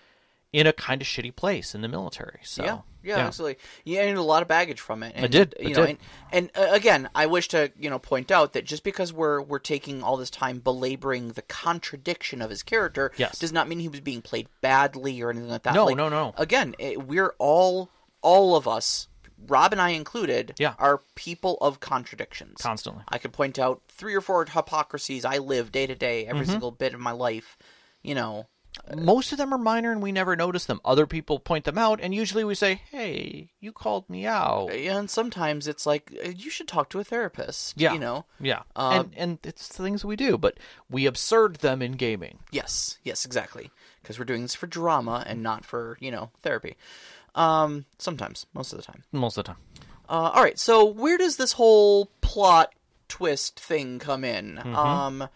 Speaker 2: in a kind of shitty place in the military. So
Speaker 1: Yeah. Yeah, absolutely. You gained a lot of baggage from it. And,
Speaker 2: did, I
Speaker 1: you know,
Speaker 2: did.
Speaker 1: And, and uh, again, I wish to you know point out that just because we're we're taking all this time belaboring the contradiction of his character,
Speaker 2: Yes.
Speaker 1: does not mean he was being played badly or anything like that.
Speaker 2: No,
Speaker 1: Like,
Speaker 2: no, no.
Speaker 1: Again, it, we're all all of us, Rob and I included,
Speaker 2: Yeah.
Speaker 1: are people of contradictions.
Speaker 2: Constantly.
Speaker 1: I could point out three or four hypocrisies I live day to day, every
Speaker 2: Mm-hmm.
Speaker 1: single bit of my life. You know,
Speaker 2: most of them are minor and we never notice them. Other people point them out, and usually we say, "Hey, you called me out."
Speaker 1: and sometimes it's like uh, you should talk to a therapist.
Speaker 2: Yeah,
Speaker 1: you know.
Speaker 2: yeah,
Speaker 1: Uh,
Speaker 2: and and it's things we do, but we absurd them in gaming.
Speaker 1: Yes, yes, exactly. Because we're doing this for drama and not for you know therapy. Um, sometimes, most of the time.
Speaker 2: Most of the time.
Speaker 1: Uh, all right. So where does this whole plot twist thing come in? Um,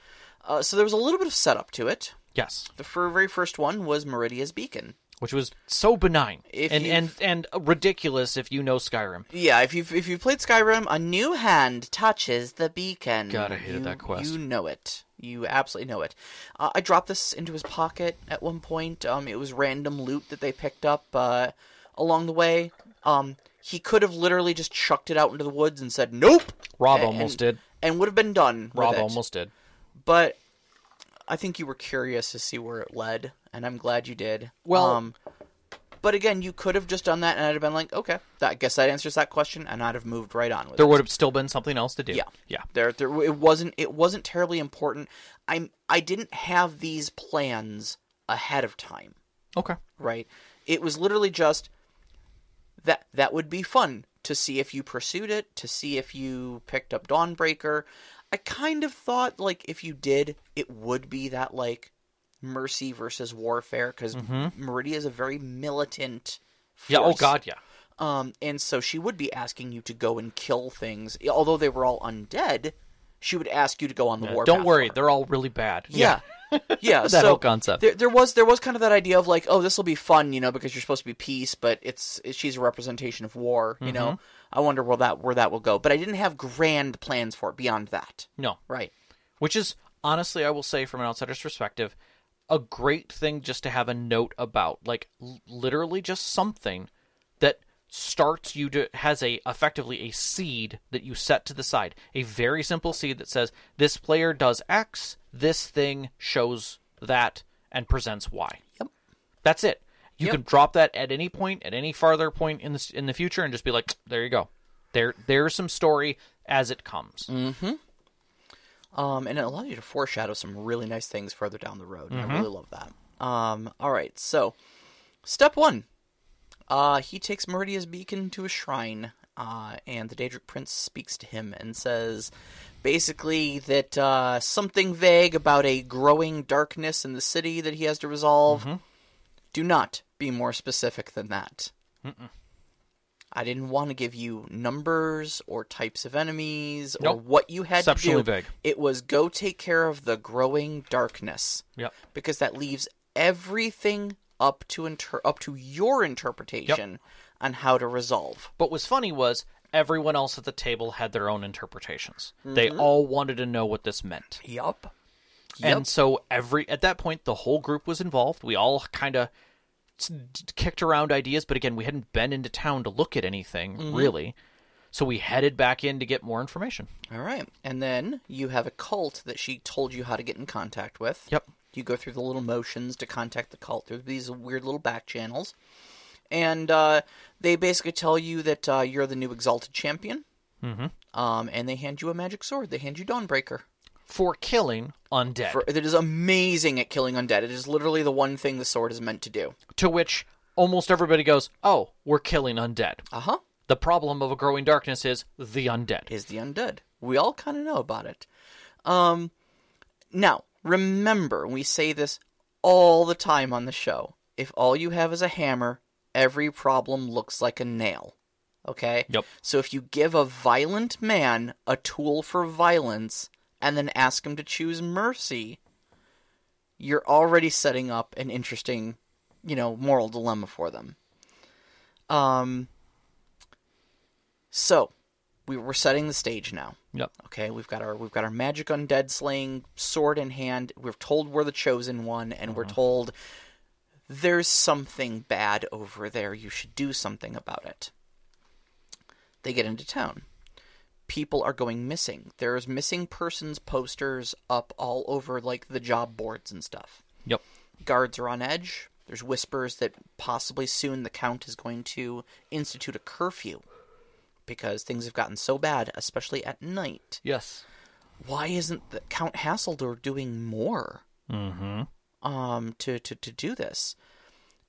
Speaker 1: uh, so there was a little bit of setup to it.
Speaker 2: Yes.
Speaker 1: The fir- very first one was Meridia's beacon.
Speaker 2: Which was so benign
Speaker 1: If
Speaker 2: and,
Speaker 1: you-
Speaker 2: and and ridiculous if you know Skyrim.
Speaker 1: Yeah, if you've if you've played Skyrim, a new hand touches the beacon.
Speaker 2: God, I hated
Speaker 1: You-
Speaker 2: that quest.
Speaker 1: You know it. You absolutely know it. Uh, I dropped this into his pocket at one point. Um, it was random loot that they picked up uh, along the way. Um, he could have literally just chucked it out into the woods and said, "Nope."
Speaker 2: Rob
Speaker 1: and-
Speaker 2: almost did.
Speaker 1: and would have been done. with
Speaker 2: Rob
Speaker 1: it.
Speaker 2: almost did.
Speaker 1: but I think you were curious to see where it led, and I'm glad you did.
Speaker 2: Well-
Speaker 1: um, but again, you could have just done that, and I'd have been like, okay, that, I guess that answers that question, and I'd have moved right on with
Speaker 2: There
Speaker 1: it.
Speaker 2: would have still been something else to do.
Speaker 1: Yeah.
Speaker 2: Yeah.
Speaker 1: There, there, it wasn't, it wasn't terribly important. I'm, I didn't have these plans ahead of time,
Speaker 2: Okay.
Speaker 1: right? It was literally just that that would be fun to see if you pursued it, to see if you picked up Dawnbreaker. I kind of thought like if you did, it would be that like mercy versus warfare because Meridia is a very militant. Force.
Speaker 2: Mm-hmm. Yeah. Oh God. Yeah.
Speaker 1: Um, and so she would be asking you to go and kill things, although they were all undead. She would ask you to go on the war.
Speaker 2: Don't
Speaker 1: path
Speaker 2: worry,
Speaker 1: for her.
Speaker 2: they're all really bad.
Speaker 1: Yeah. yeah,
Speaker 2: that
Speaker 1: so
Speaker 2: whole concept.
Speaker 1: There, there was there was kind of that idea of like, oh, this will be fun, you know, because you're supposed to be peace, but it's it- she's a representation of war, you know.
Speaker 2: Mm-hmm.
Speaker 1: I wonder where that where that will go, but I didn't have grand plans for it beyond that.
Speaker 2: No,
Speaker 1: Right.
Speaker 2: which is honestly, I will say from an outsider's perspective, a great thing just to have a note about, like l- literally just something that starts you to has a effectively a seed that you set to the side, a very simple seed that says this player does X, this thing shows that and presents Y.
Speaker 1: Yep.
Speaker 2: That's it. You
Speaker 1: Yep.
Speaker 2: can drop that at any point, at any farther point in the s- in the future, and just be like, there you go. There, there's some story as it comes.
Speaker 1: Mm. Um, and it allowed you to foreshadow some really nice things further down the road. and
Speaker 2: Mm-hmm.
Speaker 1: I really love that. Um, all right, so step one. Uh, he takes Meridia's beacon to a shrine, uh, and the Daedric Prince speaks to him and says basically that uh, something vague about a growing darkness in the city that he has to resolve.
Speaker 2: Mm-hmm.
Speaker 1: Do not be more specific than that. I didn't want to give you numbers or types of enemies or
Speaker 2: Nope.
Speaker 1: what you had to do.
Speaker 2: Exceptionally vague.
Speaker 1: It was go take care of the growing darkness
Speaker 2: Yep.
Speaker 1: because that leaves everything up to inter- up to your interpretation on how to resolve.
Speaker 2: But what's funny was everyone else at the table had their own interpretations. They all wanted to know what this meant.
Speaker 1: Yup.
Speaker 2: And so every at that point the whole group was involved. We all kind of kicked around ideas, but again, we hadn't been into town to look at anything really. So we headed back in to get more information.
Speaker 1: All right. And then you have a cult that she told you how to get in contact with.
Speaker 2: Yep.
Speaker 1: You go through the little motions to contact the cult through these weird little back channels. And uh, they basically tell you that uh, you're the new exalted champion. Mm-hmm. Um, and they hand you a magic sword. They hand you Dawnbreaker.
Speaker 2: For killing undead.
Speaker 1: For, that is amazing at killing undead. It is literally the one thing the sword is meant to do.
Speaker 2: to which almost everybody goes, "Oh, we're killing undead."
Speaker 1: Uh huh.
Speaker 2: The problem of a growing darkness is the undead.
Speaker 1: is the undead. We all kind of know about it. Um, now, remember, we say this all the time on the show. If all you have is a hammer, every problem looks like a nail. Okay?
Speaker 2: Yep.
Speaker 1: So if you give a violent man a tool for violence and then ask him to choose mercy, you're already setting up an interesting, you know, moral dilemma for them. Um, so we, we're setting the stage now.
Speaker 2: Yep.
Speaker 1: Okay, we've got our we've got our magic undead slaying sword in hand. We're told we're the chosen one, and we're told there's something bad over there. You should do something about it. They get into town. People are going missing. There's missing persons posters up all over like the job boards and stuff.
Speaker 2: Yep.
Speaker 1: Guards are on edge. There's whispers that possibly soon the Count is going to institute a curfew because things have gotten so bad, especially at night.
Speaker 2: Yes.
Speaker 1: Why isn't the Count Hasseldor doing more
Speaker 2: Mm-hmm.
Speaker 1: um, to, to, to do this?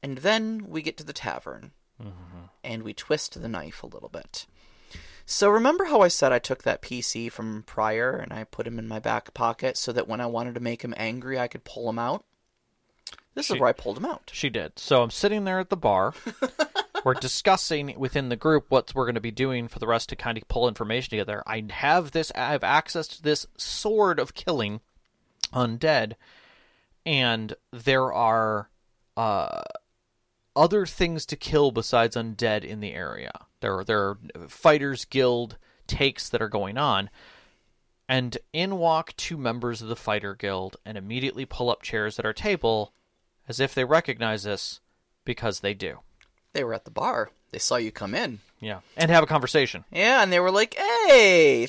Speaker 1: And then we get to the tavern
Speaker 2: Mm-hmm.
Speaker 1: and we twist the knife a little bit. So remember how I said I took that PC from prior and I put him in my back pocket so that when I wanted to make him angry, I could pull him out? This is
Speaker 2: She-
Speaker 1: where I pulled him out.
Speaker 2: She did. So I'm sitting there at the bar. we're discussing within the group what we're going to be doing for the rest to kind of pull information together. I have this. I have access to this sword of killing undead, and there are uh, other things to kill besides undead in the area. There are there are fighters guild takes that are going on. And in walk two members of the fighter guild and immediately pull up chairs at our table as if they recognize us because they do.
Speaker 1: They were at the bar. They saw you come in.
Speaker 2: Yeah. And have a conversation.
Speaker 1: Yeah, and they were like, "Hey,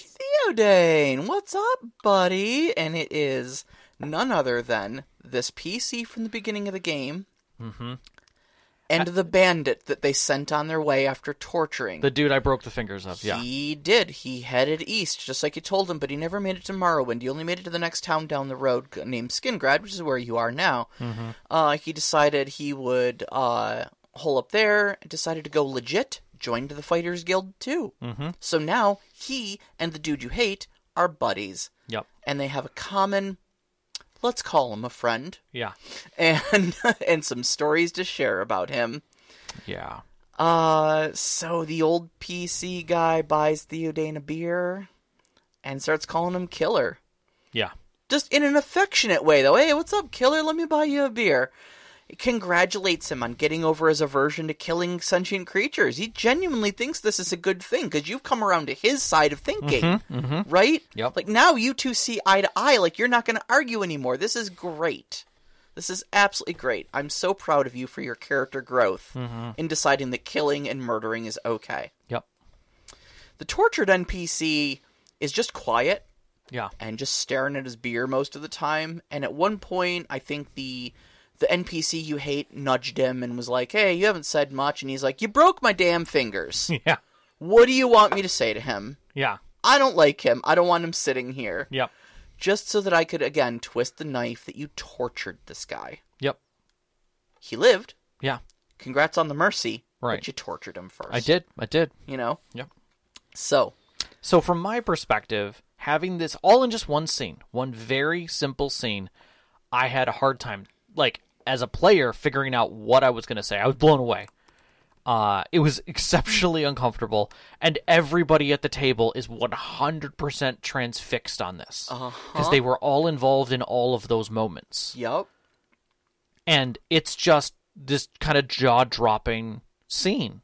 Speaker 1: Theodane, what's up, buddy?" And it is none other than this PC from the beginning of the game, mm-hmm. and the bandit that they sent on their way after torturing.
Speaker 2: The dude I broke the fingers of. Yeah.
Speaker 1: He did. He headed east, just like you told him, but he never made it to Morrowind. He only made it to the next town down the road g- named Skingrad, which is where you are now. Uh, he decided he would uh, hole up there, decided to go legit, joined the Fighters Guild too. Mm-hmm. So now he and the dude you hate are buddies,
Speaker 2: Yep.
Speaker 1: and they have a common, let's call him a friend,
Speaker 2: Yeah.
Speaker 1: and and some stories to share about him.
Speaker 2: Yeah.
Speaker 1: Uh, so the old PC guy buys Theodane a beer and starts calling him killer.
Speaker 2: Yeah.
Speaker 1: just in an affectionate way though. Hey, what's up, killer? Let me buy you a beer. It congratulates him on getting over his aversion to killing sentient creatures. He genuinely thinks this is a good thing because you've come around to his side of thinking, right?
Speaker 2: Yep.
Speaker 1: Like now you two see eye to eye. Like you're not going to argue anymore. This is great. This is absolutely great. I'm so proud of you for your character growth in deciding that killing and murdering is okay.
Speaker 2: Yep.
Speaker 1: The tortured NPC is just quiet
Speaker 2: Yeah.
Speaker 1: and just staring at his beer most of the time. And at one point, I think the the NPC you hate nudged him and was like, "Hey, you haven't said much," and he's like, "You broke my damn fingers.
Speaker 2: Yeah.
Speaker 1: what do you want me to say to him?
Speaker 2: Yeah.
Speaker 1: I don't like him. I don't want him sitting here."
Speaker 2: Yep.
Speaker 1: Just so that I could again twist the knife that you tortured this guy.
Speaker 2: Yep.
Speaker 1: He lived.
Speaker 2: Yeah.
Speaker 1: Congrats on the mercy.
Speaker 2: Right.
Speaker 1: But you tortured him first.
Speaker 2: I did. I did.
Speaker 1: You know.
Speaker 2: Yep.
Speaker 1: So
Speaker 2: So, from my perspective, having this all in just one scene, one very simple scene, I had a hard time, like, as a player, figuring out what I was going to say. I was blown away. Uh, it was exceptionally uncomfortable, and everybody at the table is 100% transfixed on this.
Speaker 1: Uh-huh.
Speaker 2: Because they were all involved in all of those moments
Speaker 1: yep.
Speaker 2: and it's just this kind of jaw dropping scene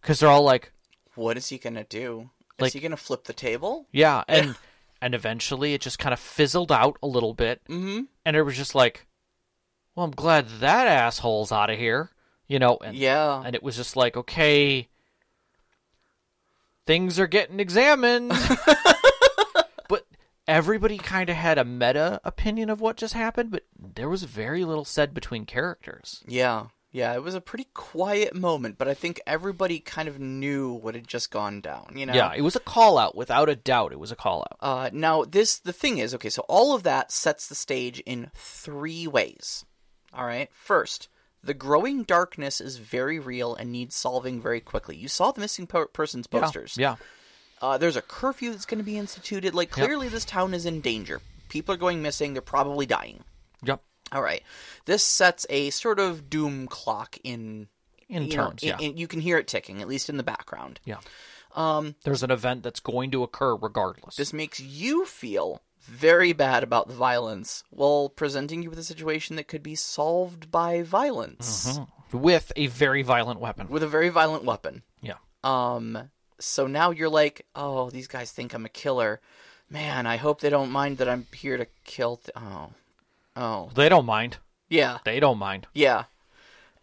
Speaker 2: because they're all like,
Speaker 1: What is he gonna do?
Speaker 2: Like-
Speaker 1: is he gonna flip the table?
Speaker 2: yeah, and and eventually it just kind of fizzled out a little bit, mm-hmm. and it was just like, well, I'm glad that asshole's out of here, you know, and
Speaker 1: Yeah.
Speaker 2: and it was just like, okay, things are getting examined, but everybody kind of had a meta opinion of what just happened, but there was very little said between characters.
Speaker 1: Yeah, yeah, it was a pretty quiet moment, but I think everybody kind of knew what had just gone down, you know?
Speaker 2: Yeah, it was a call out without a doubt. It was a call out.
Speaker 1: Uh, now, this, the thing is, okay, so all of that sets the stage in three ways. All right. First, the growing darkness is very real and needs solving very quickly. You saw the missing po- persons posters.
Speaker 2: Yeah,
Speaker 1: Uh, there's a curfew that's going to be instituted. Like, clearly, this town is in danger. People are going missing. They're probably dying.
Speaker 2: yep.
Speaker 1: All right. This sets a sort of doom clock in
Speaker 2: In
Speaker 1: you know,
Speaker 2: terms,
Speaker 1: i-
Speaker 2: yeah,
Speaker 1: i- you can hear it ticking, at least in the background.
Speaker 2: yeah. Um, there's an event that's going to occur regardless.
Speaker 1: This makes you feel very bad about the violence while presenting you with a situation that could be solved by violence
Speaker 2: Mm-hmm. with a very violent weapon.
Speaker 1: with a very violent weapon.
Speaker 2: yeah,
Speaker 1: Um, so now you're like, oh, these guys think I'm a killer. Man, I hope they don't mind that I'm here to kill. Th- oh, oh,
Speaker 2: they don't mind.
Speaker 1: yeah,
Speaker 2: They don't mind.
Speaker 1: yeah.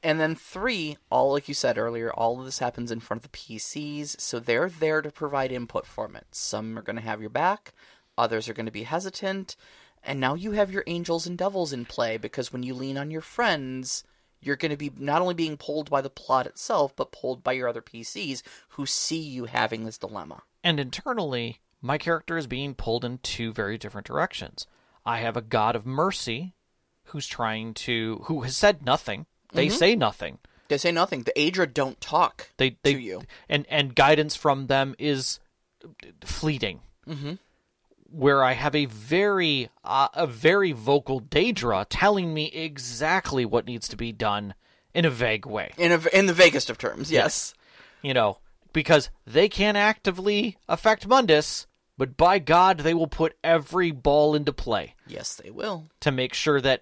Speaker 1: And then three, all like you said earlier, all of this happens in front of the PCs, so they're there to provide input from it. Some are going to have your back, others are going to be hesitant, and now you have your angels and devils in play because when you lean on your friends, you're going to be not only being pulled by the plot itself, but pulled by your other PCs who see you having this dilemma.
Speaker 2: And internally, my character is being pulled in two very different directions. I have a God of mercy, who's trying to, who has said nothing. They
Speaker 1: Mm-hmm.
Speaker 2: say nothing.
Speaker 1: They say nothing. The Adra don't talk.
Speaker 2: they they
Speaker 1: you.
Speaker 2: and and guidance from them is fleeting. Mm-hmm. Where I have a very uh, a very vocal Daedra telling me exactly what needs to be done in a vague way,
Speaker 1: In, a, in the vaguest of terms, yes.
Speaker 2: you know, because they can't actively affect Mundus, but by God, they will put every ball into play
Speaker 1: Yes, they will.
Speaker 2: to make sure that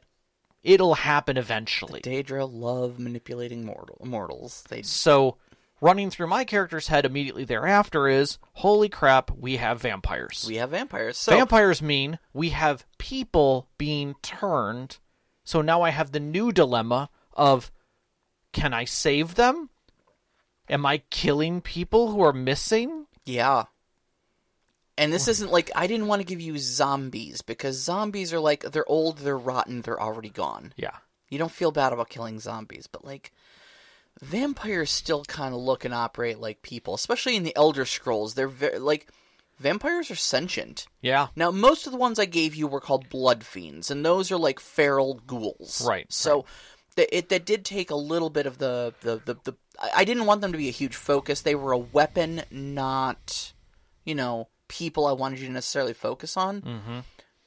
Speaker 2: it'll happen eventually.
Speaker 1: Daedra love manipulating mortal mortals. They
Speaker 2: So, running through my character's head immediately thereafter is, holy crap, we have vampires.
Speaker 1: we have vampires. So
Speaker 2: Vampires mean we have people being turned. So now I have the new dilemma of can I save them? Am I killing people who are missing?
Speaker 1: yeah. And this isn't like I didn't want to give you zombies because zombies are like they're old, they're rotten, they're already gone.
Speaker 2: Yeah.
Speaker 1: You don't feel bad about killing zombies, but like vampires still kind of look and operate like people, especially in the Elder Scrolls. They're very like vampires are sentient.
Speaker 2: Yeah.
Speaker 1: Now, most of the ones I gave you were called blood fiends, and those are like feral ghouls.
Speaker 2: Right,
Speaker 1: So That, it, that did take a little bit of the, the, the, the. I I didn't want them to be a huge focus. They were a weapon, not, you know, people I wanted you to necessarily focus on. Mm-hmm.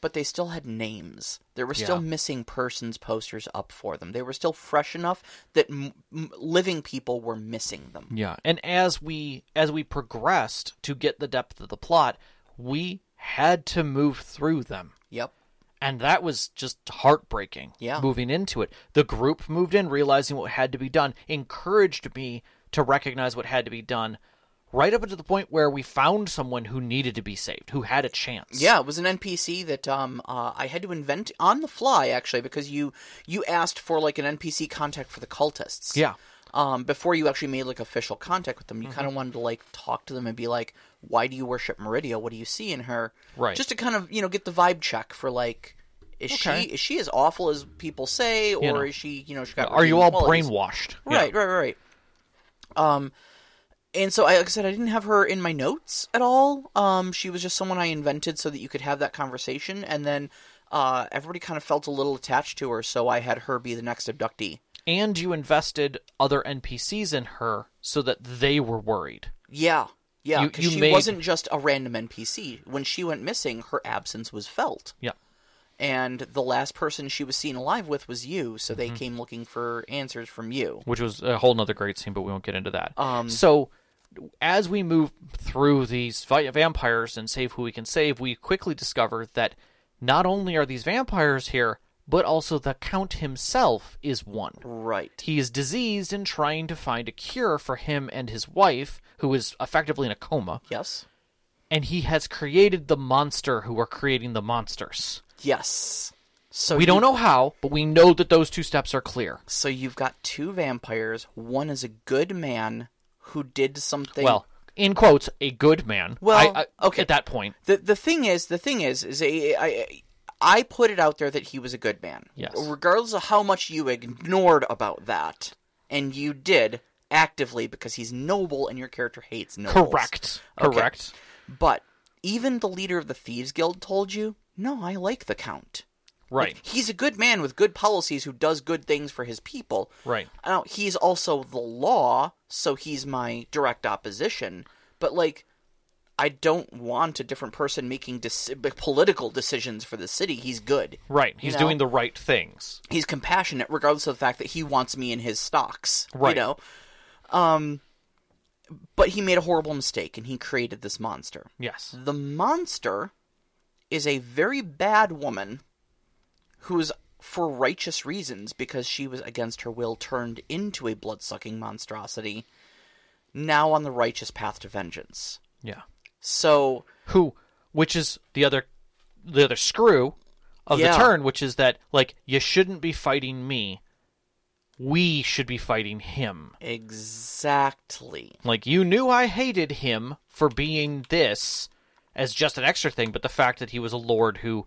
Speaker 1: But they still had names. There were still
Speaker 2: Yeah.
Speaker 1: missing persons posters up for them. They were still fresh enough that m- m- living people were missing them.
Speaker 2: Yeah. And as we as we progressed to get the depth of the plot, we had to move through them.
Speaker 1: Yep.
Speaker 2: and that was just heartbreaking
Speaker 1: Yeah.
Speaker 2: moving into it the group moved in realizing what had to be done encouraged me to recognize what had to be done right up to the point where we found someone who needed to be saved who had a chance
Speaker 1: Yeah, it was an NPC that um, uh, I had to invent on the fly actually because you you asked for like an NPC contact for the cultists.
Speaker 2: yeah
Speaker 1: Um, before you actually made like official contact with them, you
Speaker 2: Mm-hmm.
Speaker 1: kind of wanted to like talk to them and be like, "Why do you worship Meridia? What do you see in her?"
Speaker 2: Right.
Speaker 1: Just to kind of you know get the vibe check for like, is
Speaker 2: Okay.
Speaker 1: she is she as awful as people say, or
Speaker 2: know.
Speaker 1: is she you know she got
Speaker 2: are you
Speaker 1: redeeming
Speaker 2: all
Speaker 1: qualities?
Speaker 2: brainwashed Yeah.
Speaker 1: Right, right, right. Um, and so I, like I said, I didn't have her in my notes at all. Um, she was just someone I invented so that you could have that conversation, and then uh, everybody kind of felt a little attached to her, so I had her be the next abductee.
Speaker 2: and you invested other npcs in her so that they were worried
Speaker 1: Yeah, yeah,
Speaker 2: You-
Speaker 1: 'cause
Speaker 2: you
Speaker 1: she
Speaker 2: made-
Speaker 1: wasn't just a random NPC. When she went missing, her absence was felt.
Speaker 2: Yeah.
Speaker 1: And the last person she was seen alive with was you, so they came looking for answers from you.
Speaker 2: which was a whole nother great scene, but we won't get into that.
Speaker 1: Um,
Speaker 2: so as we move through these vi- vampires and save who we can save, we quickly discover that not only are these vampires here, but also the Count himself is one.
Speaker 1: Right.
Speaker 2: He is diseased and trying to find a cure for him and his wife, who is effectively in a coma,
Speaker 1: Yes.
Speaker 2: and he has created the monster who are creating the monsters.
Speaker 1: Yes. So
Speaker 2: We
Speaker 1: you
Speaker 2: don't know how, but we know that those two steps are clear.
Speaker 1: So you've got two vampires. One is a good man who did something.
Speaker 2: Well, in quotes, a good man.
Speaker 1: Well,
Speaker 2: I- I-
Speaker 1: okay.
Speaker 2: At that point,
Speaker 1: the the thing is, the thing is, is a, I I put it out there that he was a good man.
Speaker 2: Yes.
Speaker 1: Regardless of how much you ignored about that, and you did actively because he's noble and your character hates nobles.
Speaker 2: Correct.
Speaker 1: Okay.
Speaker 2: Correct.
Speaker 1: But even the leader of the thieves guild told you, no, I like the count.
Speaker 2: Right.
Speaker 1: He's a good man with good policies who does good things for his people.
Speaker 2: Right.
Speaker 1: Now, he's also the law, so he's my direct opposition. But like, I don't want a different person making dec- political decisions for the city. He's good.
Speaker 2: Right. He's
Speaker 1: know?
Speaker 2: doing the right things.
Speaker 1: He's compassionate, regardless of the fact that he wants me in his stocks.
Speaker 2: Right.
Speaker 1: You know. Um, but he made a horrible mistake, and he created this monster.
Speaker 2: Yes.
Speaker 1: The monster is a very bad woman who is, for righteous reasons, because she was against her will turned into a blood sucking monstrosity, now on the righteous path to vengeance.
Speaker 2: Yeah.
Speaker 1: So,
Speaker 2: Who which is the other the other screw of
Speaker 1: Yeah.
Speaker 2: the turn, which is that like you shouldn't be fighting me. We should be fighting him.
Speaker 1: exactly.
Speaker 2: Like you knew I hated him for being this as just an extra thing, but the fact that he was a lord who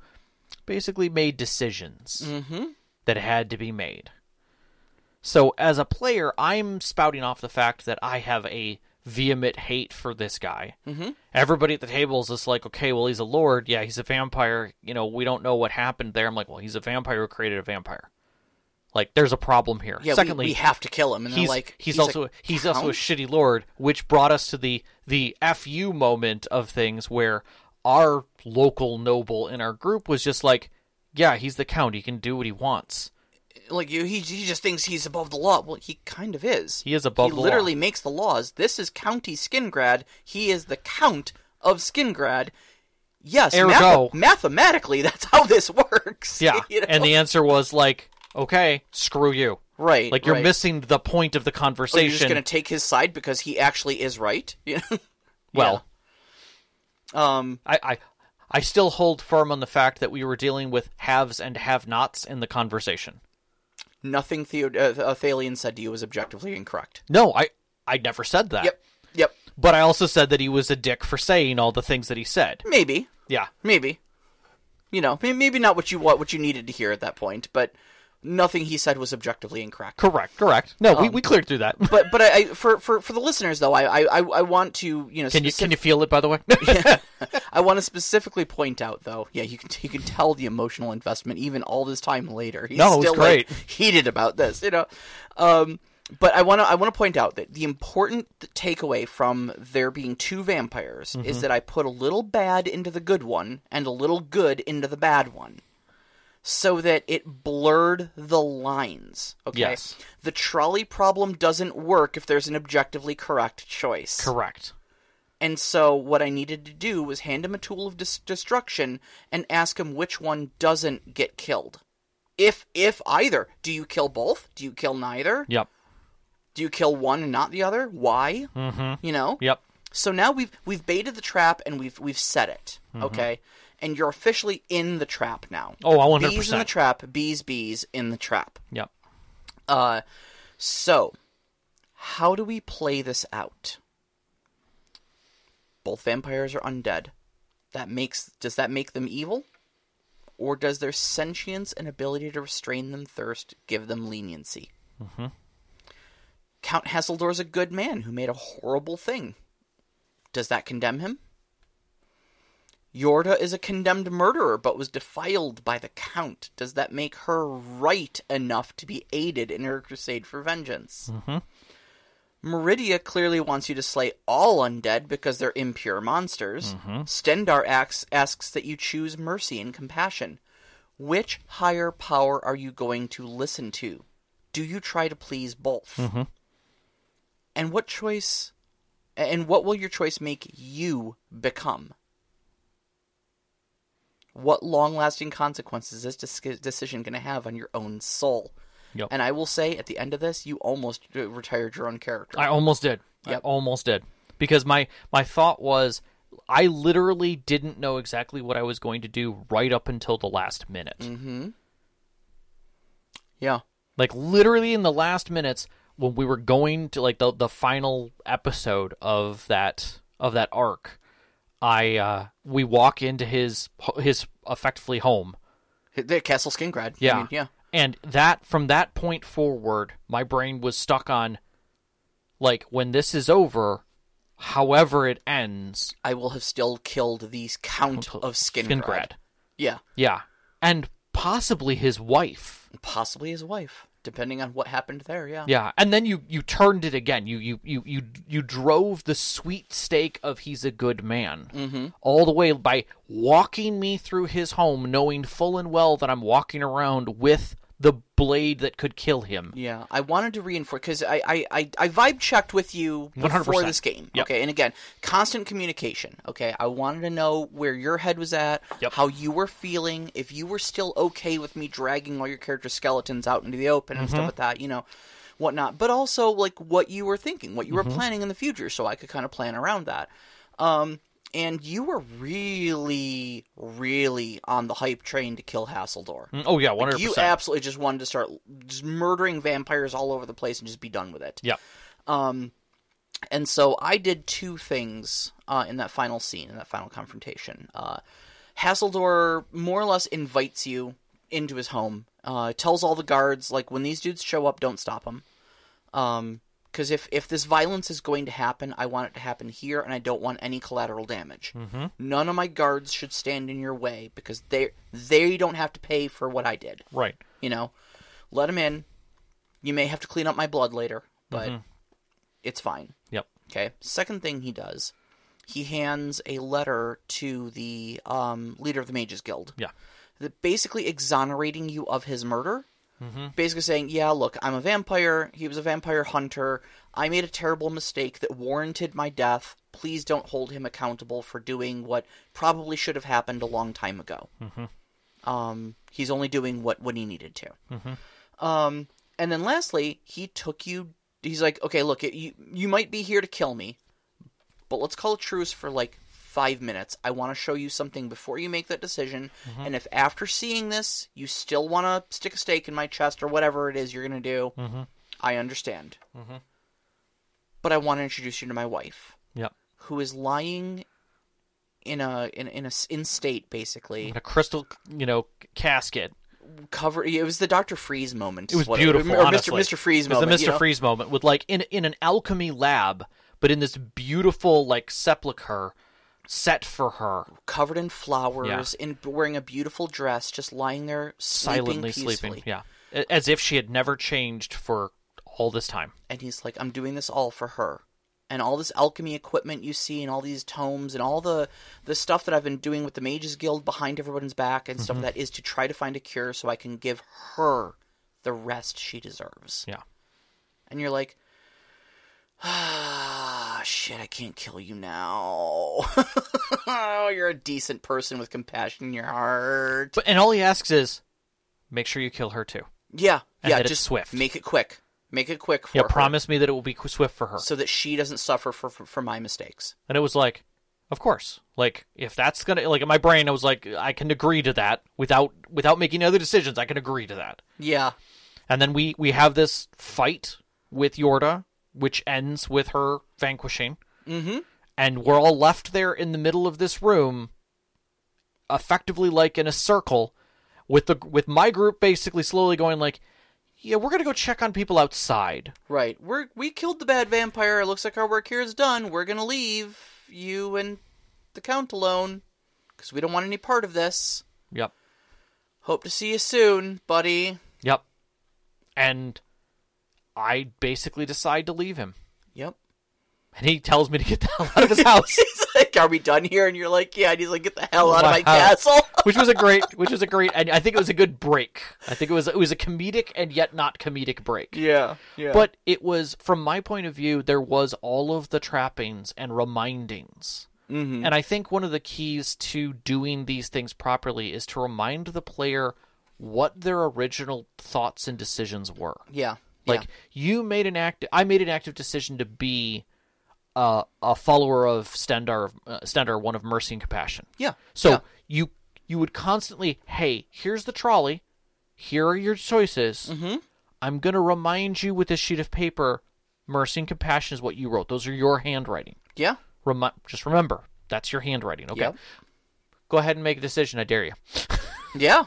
Speaker 2: basically made decisions
Speaker 1: Mm-hmm.
Speaker 2: that had to be made. So as a player, I'm spouting off the fact that I have a vehement hate for this guy. Mm-hmm. Everybody at the table is just like, okay, well he's a lord, yeah, he's a vampire. You know, we don't know what happened there. I'm like, well, he's a vampire who created a vampire. Like, there's a problem here.
Speaker 1: Yeah, we-
Speaker 2: Secondly,
Speaker 1: we, have to kill him. And
Speaker 2: he's
Speaker 1: they're like,
Speaker 2: he's,
Speaker 1: a
Speaker 2: also he's also a
Speaker 1: count?
Speaker 2: shitty lord, which brought us to the the fu moment of things where our local noble in our group was just like, yeah, he's the count. He can do what he wants.
Speaker 1: like you. He, he just thinks he's above the law. Well, he kind of is.
Speaker 2: He is above
Speaker 1: He
Speaker 2: the law.
Speaker 1: literally makes the laws. This is County Skingrad. He is the Count of Skingrad. Yes, mathe-
Speaker 2: Ergo.
Speaker 1: mathematically, that's how this works.
Speaker 2: Yeah,
Speaker 1: you know?
Speaker 2: and the answer was like, okay, screw you.
Speaker 1: right,
Speaker 2: Like you're
Speaker 1: right.
Speaker 2: missing the point of the
Speaker 1: So you're just
Speaker 2: conversation.
Speaker 1: going to take his side because he actually is right. You know?
Speaker 2: well,
Speaker 1: um,
Speaker 2: I. I I still hold firm on the fact that we were dealing with haves and have-nots in the conversation.
Speaker 1: nothing Theo- uh, uh, Thalian said to you was objectively incorrect.
Speaker 2: No, I I never said that.
Speaker 1: Yep, yep.
Speaker 2: But I also said that he was a dick for saying all the things that he said.
Speaker 1: Maybe,
Speaker 2: Yeah.
Speaker 1: maybe. You know, may- maybe not what you what what you needed to hear at that point, but nothing he said was objectively incorrect.
Speaker 2: Correct, correct. No, we, we cleared through that.
Speaker 1: but but I, I for, for for the listeners though, I I, I I want to you know
Speaker 2: Can you
Speaker 1: specif-
Speaker 2: can you feel it by the way?
Speaker 1: I want to specifically point out though, yeah, you can you can tell the emotional investment even all this time later. He's
Speaker 2: No, it was
Speaker 1: still like,
Speaker 2: great.
Speaker 1: heated about this, you know. Um, but I want to I want to point out that the important th- takeaway from there being two vampires
Speaker 2: Mm-hmm.
Speaker 1: is that I put a little bad into the good one and a little good into the bad one. So that it blurred the lines. Okay.
Speaker 2: Yes.
Speaker 1: The trolley problem doesn't work if there's an objectively correct choice
Speaker 2: correct.
Speaker 1: And so what I needed to do was hand him a tool of dis- destruction and ask him which one doesn't get killed. If if either, do you kill both? Do you kill neither?
Speaker 2: Yep.
Speaker 1: Do you kill one and not the other? Why?
Speaker 2: Mm-hmm.
Speaker 1: You know?
Speaker 2: Yep.
Speaker 1: So now we've we've baited the trap and we've we've set it. Okay. And you're officially in the trap now.
Speaker 2: Mm-hmm. Oh, I 100%.
Speaker 1: Bees in the trap, bees, bees in the trap.
Speaker 2: Yep.
Speaker 1: Uh, so, how do we play this out? Both vampires are undead. That makes does that make them evil, or does their sentience and ability to restrain them thirst give them leniency? Mm-hmm. Count Hasseldor's a good man who made a horrible thing. Does that condemn him? Yorda is a condemned murderer, but was defiled by the Count. Does that make her right enough to be aided in her crusade for vengeance? Meridia clearly wants you to slay all undead because they're impure monsters. Stendar asks, asks that you choose mercy and compassion. Which higher power are you going to listen to? Do you try to please both? And what choice, and what will your choice make you become? what long lasting consequences is this dis- decision going to have on your own soul.
Speaker 2: Yep.
Speaker 1: And I will say at the end of this, you almost uh, retired your own character.
Speaker 2: I almost did. I
Speaker 1: Yep.
Speaker 2: almost did. Because my my thought was I literally didn't know exactly what I was going to do right up until the last minute.
Speaker 1: yeah.
Speaker 2: Like literally in the last minutes when we were going to like the the final episode of that of that arc, I uh we walk into his his effectively home.
Speaker 1: The Castle Skingrad. I
Speaker 2: Yeah.
Speaker 1: mean, yeah.
Speaker 2: And that from that point forward, my brain was stuck on like when this is over, however it ends,
Speaker 1: I will have still killed the Count of Skingrad.
Speaker 2: Skingrad.
Speaker 1: Yeah.
Speaker 2: Yeah. And possibly his wife.
Speaker 1: Possibly his wife, depending on what happened there. Yeah.
Speaker 2: Yeah. And then you you turned it again. You you you you, you drove the sweet stake of he's a good man
Speaker 1: Mm-hmm.
Speaker 2: all the way by walking me through his home knowing full and well that I'm walking around with the blade that could kill him.
Speaker 1: Yeah, I wanted to reinforce because I, I, I, I vibe checked with you before
Speaker 2: 100%.
Speaker 1: this game.
Speaker 2: Yep.
Speaker 1: Okay, and again, constant communication. Okay, I wanted to know where your head was at,
Speaker 2: Yep.
Speaker 1: how you were feeling, if you were still okay with me dragging all your character skeletons out into the open and
Speaker 2: Mm-hmm.
Speaker 1: stuff like that, you know, whatnot. But also like what you were thinking, what you
Speaker 2: Mm-hmm.
Speaker 1: were planning in the future, so I could kind of plan around that. Um, and you were really, really on the hype train to kill Hasseldor.
Speaker 2: Oh yeah, 100%.
Speaker 1: You absolutely just wanted to start just murdering vampires all over the place and just be done with it.
Speaker 2: yeah.
Speaker 1: Um, and so I did two things uh, in that final scene, in that final confrontation. Uh, Hasseldor more or less invites you into his home. Uh, tells all the guards like when these dudes show up, don't stop them. Um, because if if this violence is going to happen, I want it to happen here, and I don't want any collateral damage. None of my guards should stand in your way because they they don't have to pay for what I did
Speaker 2: Right.
Speaker 1: you know let him in you may have to clean up my blood later but it's fine
Speaker 2: Yep.
Speaker 1: okay second thing he does he hands a letter to the um, leader of the mages guild
Speaker 2: Yeah.
Speaker 1: that basically exonerating you of his murder basically saying yeah look i'm a vampire he was a vampire hunter i made a terrible mistake that warranted my death please don't hold him accountable for doing what probably should have happened a long time ago um, he's only doing what what he needed to. Um, and then lastly, he took you. He's like, okay, look, it, you you might be here to kill me, but let's call a truce for like five minutes. I want to show you something before you make that decision.
Speaker 2: Mm-hmm.
Speaker 1: And if after seeing this you still want to stick a stake in my chest or whatever it is you're gonna do,
Speaker 2: Mm-hmm.
Speaker 1: I understand. But I want to introduce you to my wife,
Speaker 2: Yep.
Speaker 1: who is lying in a in in a s- in state basically
Speaker 2: In a crystal, you know, casket.
Speaker 1: cover. It was the Doctor Freeze moment.
Speaker 2: It was
Speaker 1: What-
Speaker 2: beautiful,
Speaker 1: or
Speaker 2: honestly.
Speaker 1: Mr. Mr. Freeze
Speaker 2: It was
Speaker 1: moment.
Speaker 2: the Mr.
Speaker 1: you know?
Speaker 2: Freeze moment with like in in an alchemy lab, but in this beautiful like sepulcher set for her,
Speaker 1: covered in flowers, in wearing a beautiful dress, just lying there sleeping
Speaker 2: silently
Speaker 1: peacefully.
Speaker 2: sleeping. Yeah, A- as if she had never changed for all this time.
Speaker 1: And he's like, "I'm doing this all for her." And all this alchemy equipment you see, and all these tomes, and all the the stuff that I've been doing with the Mages Guild behind everyone's back, and
Speaker 2: Mm-hmm.
Speaker 1: stuff like that is to try to find a cure so I can give her the rest she deserves.
Speaker 2: Yeah,
Speaker 1: and you're like, ah, shit, I can't kill you now. oh, you're a decent person with compassion in your heart.
Speaker 2: But and all he asks is, make sure you kill her too.
Speaker 1: yeah,
Speaker 2: and
Speaker 1: yeah,
Speaker 2: that it's
Speaker 1: just
Speaker 2: swift.
Speaker 1: Make it quick. Make it quick for
Speaker 2: Yeah,
Speaker 1: her,
Speaker 2: promise me that it will be qu- swift for her.
Speaker 1: so that she doesn't suffer for, for for my mistakes.
Speaker 2: And it was like, of course. Like if that's gonna like in my brain, I was like, I can agree to that without without making other decisions. I can agree to that.
Speaker 1: Yeah,
Speaker 2: And then we we have this fight with Yorda, which ends with her vanquishing. Mm-hmm. And we're all left there in the middle of this room, effectively like in a circle, with the with my group basically slowly going like, yeah, we're gonna go check on people outside.
Speaker 1: right. We're we killed the bad vampire. It looks like our work here is done. We're gonna leave you and the count alone because we don't want any part of this.
Speaker 2: Yep.
Speaker 1: Hope to see you soon, buddy.
Speaker 2: Yep. And I basically decide to leave him.
Speaker 1: Yep.
Speaker 2: And he tells me to get the hell out of his house.
Speaker 1: He's like, "Are we done here?" And you're like, "Yeah." And he's like, "Get the hell out of
Speaker 2: my
Speaker 1: my
Speaker 2: house."
Speaker 1: castle."
Speaker 2: Which was a great which was a great and I think it was a good break. I think it was it was a comedic and yet not comedic break.
Speaker 1: Yeah, yeah.
Speaker 2: But it was from my point of view, there was all of the trappings and remindings. Mm-hmm. And I think one of the keys to doing these things properly is to remind the player what their original thoughts and decisions were.
Speaker 1: yeah,
Speaker 2: Like you made an act, I made an active decision to be uh, a follower of Stendar, uh, Stendar, one of mercy and compassion.
Speaker 1: yeah,
Speaker 2: So
Speaker 1: yeah.
Speaker 2: you you would constantly, hey, here's the trolley, here are your choices. Mm-hmm. I'm gonna remind you with this sheet of paper, mercy and compassion is what you wrote. Those are your handwriting.
Speaker 1: yeah,
Speaker 2: Remi- just remember, that's your handwriting. Okay,
Speaker 1: Yep.
Speaker 2: go ahead and make a decision. I dare you.
Speaker 1: yeah,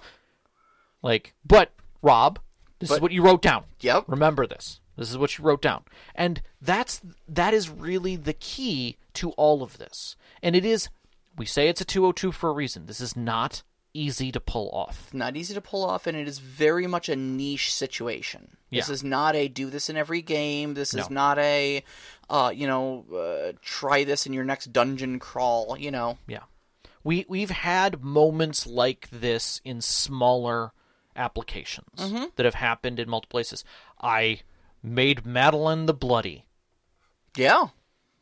Speaker 2: Like, but Rob, this is
Speaker 1: But-
Speaker 2: what you wrote down.
Speaker 1: yep,
Speaker 2: Remember this. This is what you wrote down. And that's that is really the key to all of this. And it is we say it's a 202 for a reason. This is not easy to pull off.
Speaker 1: not easy to pull off, and it is very much a niche situation. This
Speaker 2: Yeah.
Speaker 1: is not a do this in every game. This is
Speaker 2: No.
Speaker 1: not a, uh, you know, uh, try this in your next dungeon crawl. You know,
Speaker 2: Yeah. We we've had moments like this in smaller applications that have happened in multiple places. I made Madeline the bloody
Speaker 1: yeah,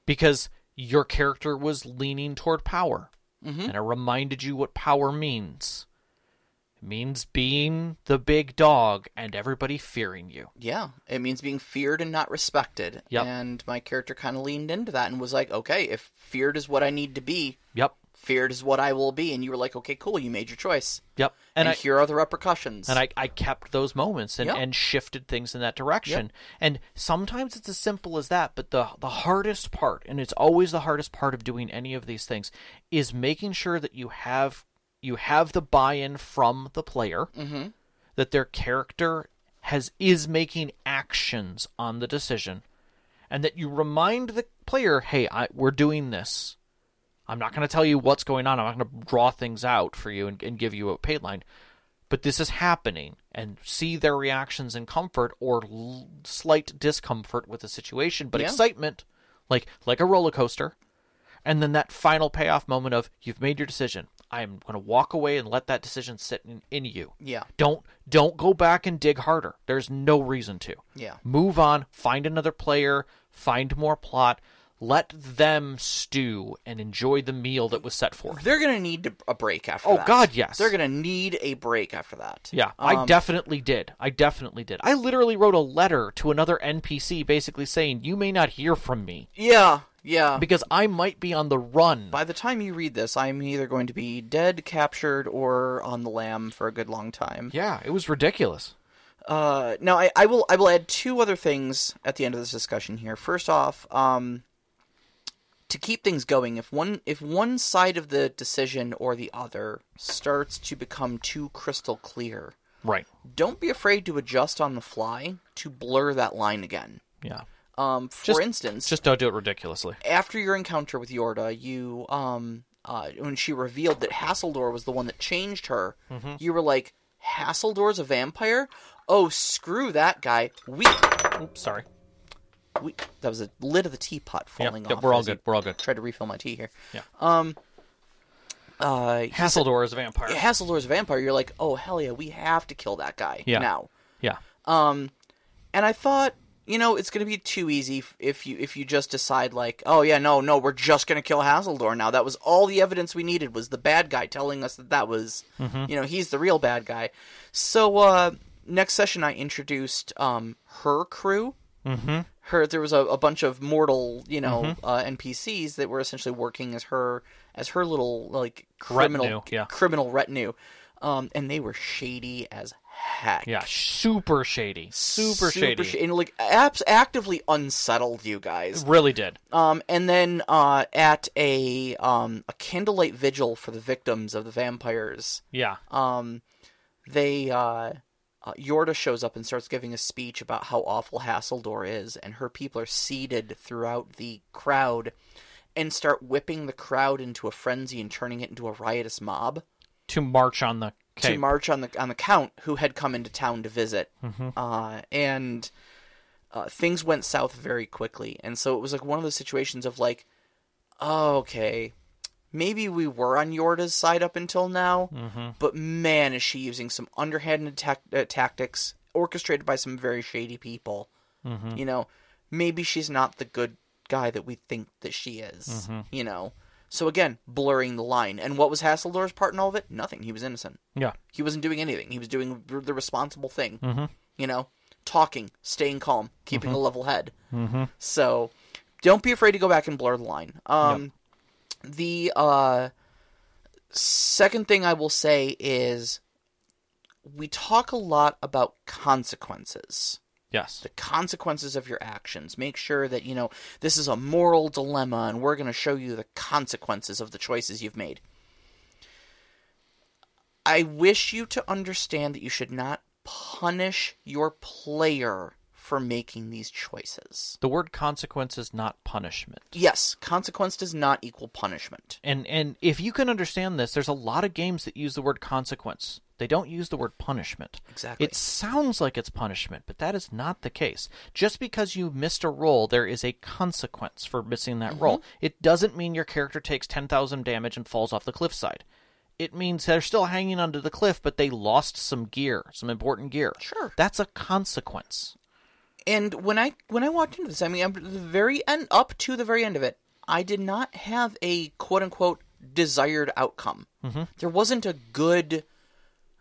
Speaker 2: because your character was leaning toward power. And I reminded you what power means. It means being the big dog and everybody fearing you.
Speaker 1: yeah. It means being feared and not respected.
Speaker 2: Yep.
Speaker 1: And my character kind of leaned into that and was like, "Okay, if feared is what I need to be,
Speaker 2: Yep.
Speaker 1: feared is what I will be." And you were like, "Okay, cool. You made your choice."
Speaker 2: Yep.
Speaker 1: and,
Speaker 2: And I
Speaker 1: here are the repercussions.
Speaker 2: and I, I kept those moments and,
Speaker 1: Yep.
Speaker 2: and shifted things in that direction. And sometimes it's as simple as that, but the the hardest part, and it's always the hardest part of doing any of these things, is making sure that you have you have the buy-in from the player that their character has is making actions on the decision and that you remind the player hey I, we're doing this i'm not going to tell you what's going on i'm not going to draw things out for you and, and give you a paid line but this is happening and see their reactions in comfort or l- slight discomfort with the situation but
Speaker 1: Yeah.
Speaker 2: excitement like like a roller coaster and then that final payoff moment of you've made your decision i'm going to walk away and let that decision sit in, in you
Speaker 1: yeah,
Speaker 2: don't don't go back and dig harder. There's no reason to.
Speaker 1: yeah,
Speaker 2: Move on, find another player, find more plot, let them stew and enjoy the meal that was set forth.
Speaker 1: they're gonna need to- a break after.
Speaker 2: Oh
Speaker 1: that.
Speaker 2: god, yes.
Speaker 1: they're gonna need a break after that.
Speaker 2: yeah,
Speaker 1: Um,
Speaker 2: I definitely did. I definitely did. I literally wrote a letter to another NPC basically saying, "You may not hear from me
Speaker 1: yeah, yeah.
Speaker 2: because I might be on the run."
Speaker 1: By the time you read this, I'm either going to be dead, captured, or on the lam for a good long time.
Speaker 2: Yeah, it was ridiculous.
Speaker 1: Uh, now, I, I will I will add two other things at the end of this discussion here. First off, um, to keep things going, if one if one side of the decision or the other starts to become too crystal clear,
Speaker 2: Right.
Speaker 1: don't be afraid to adjust on the fly to blur that line again.
Speaker 2: Yeah.
Speaker 1: Um, for
Speaker 2: Just-
Speaker 1: instance,
Speaker 2: Just don't do it ridiculously.
Speaker 1: after your encounter with Yorda, you um, uh, when she revealed that Hasseldor was the one that changed her,
Speaker 2: Mm-hmm.
Speaker 1: you were like, "Hasseldor's a vampire? Oh, screw that guy! We,
Speaker 2: Oops, sorry.
Speaker 1: we that was a lid of the teapot falling
Speaker 2: Yeah,
Speaker 1: off."
Speaker 2: we're all
Speaker 1: as you
Speaker 2: good. We're all good.
Speaker 1: Tried to refill my tea here.
Speaker 2: Yeah.
Speaker 1: Um. Uh,
Speaker 2: Hasseldor is a vampire.
Speaker 1: Hasseldor's a vampire. You're like, "Oh hell yeah, we have to kill that guy
Speaker 2: Yeah.
Speaker 1: now."
Speaker 2: Yeah.
Speaker 1: Um, and I thought you know it's going to be too easy f- if you if you just decide like oh yeah no no we're just going to kill Hasildor now that was all the evidence we needed was the bad guy telling us that that was
Speaker 2: Mm-hmm.
Speaker 1: you know he's the real bad guy so uh next session I introduced um her crew
Speaker 2: Mhm.
Speaker 1: her there was a, a bunch of mortal you know
Speaker 2: Mm-hmm.
Speaker 1: uh, NPCs that were essentially working as her as her little like criminal
Speaker 2: Retinue, yeah.
Speaker 1: criminal retinue um and they were shady as heck
Speaker 2: Yeah, super shady. Super, shady.
Speaker 1: sh- and like apps actively unsettled you guys.
Speaker 2: really did.
Speaker 1: Um, and then uh, at a um, a candlelight vigil for the victims of the vampires,
Speaker 2: Yeah.
Speaker 1: um, they uh, uh, Yorda shows up and starts giving a speech about how awful Hasseldor is, and her people are seated throughout the crowd, and start whipping the crowd into a frenzy and turning it into a riotous mob
Speaker 2: to march on the
Speaker 1: to
Speaker 2: cape.
Speaker 1: march on the on the count who had come into town to visit, uh, and uh, things went south very quickly. And so it was like one of those situations of like, oh, okay, maybe we were on Yorda's side up until now, but man, is she using some underhanded tac uh, tactics orchestrated by some very shady people. You know, maybe she's not the good guy that we think that she is. You know. So again, blurring the line. And what was Hasseldor's part in all of it? Nothing. He was innocent.
Speaker 2: yeah.
Speaker 1: He wasn't doing anything. He was doing r- the responsible thing. You know, talking, staying calm, keeping a level head. Mm-hmm. So, don't be afraid to go back and blur the line. Um, The uh, second thing I will say is we talk a lot about consequences
Speaker 2: Yes.
Speaker 1: the consequences of your actions. Make sure that, you know, this is a moral dilemma and we're going to show you the consequences of the choices you've made. I wish you to understand that you should not punish your player for making these choices.
Speaker 2: The word consequence is not punishment.
Speaker 1: Yes, consequence does not equal punishment.
Speaker 2: And and if you can understand this, there's a lot of games that use the word consequence. They don't use the word punishment.
Speaker 1: Exactly.
Speaker 2: It sounds like it's punishment, but that is not the case. Just because you missed a roll, there is a consequence for missing that roll.
Speaker 1: Mm-hmm.
Speaker 2: It doesn't mean your character takes 10,000 damage and falls off the cliffside. It means they're still hanging onto the cliff, but they lost some gear, some important gear.
Speaker 1: Sure.
Speaker 2: That's a consequence.
Speaker 1: and when I when I walked into this, I mean, I'm, the very end up to the very end of it, I did not have a quote unquote desired outcome.
Speaker 2: Mm-hmm.
Speaker 1: There wasn't a good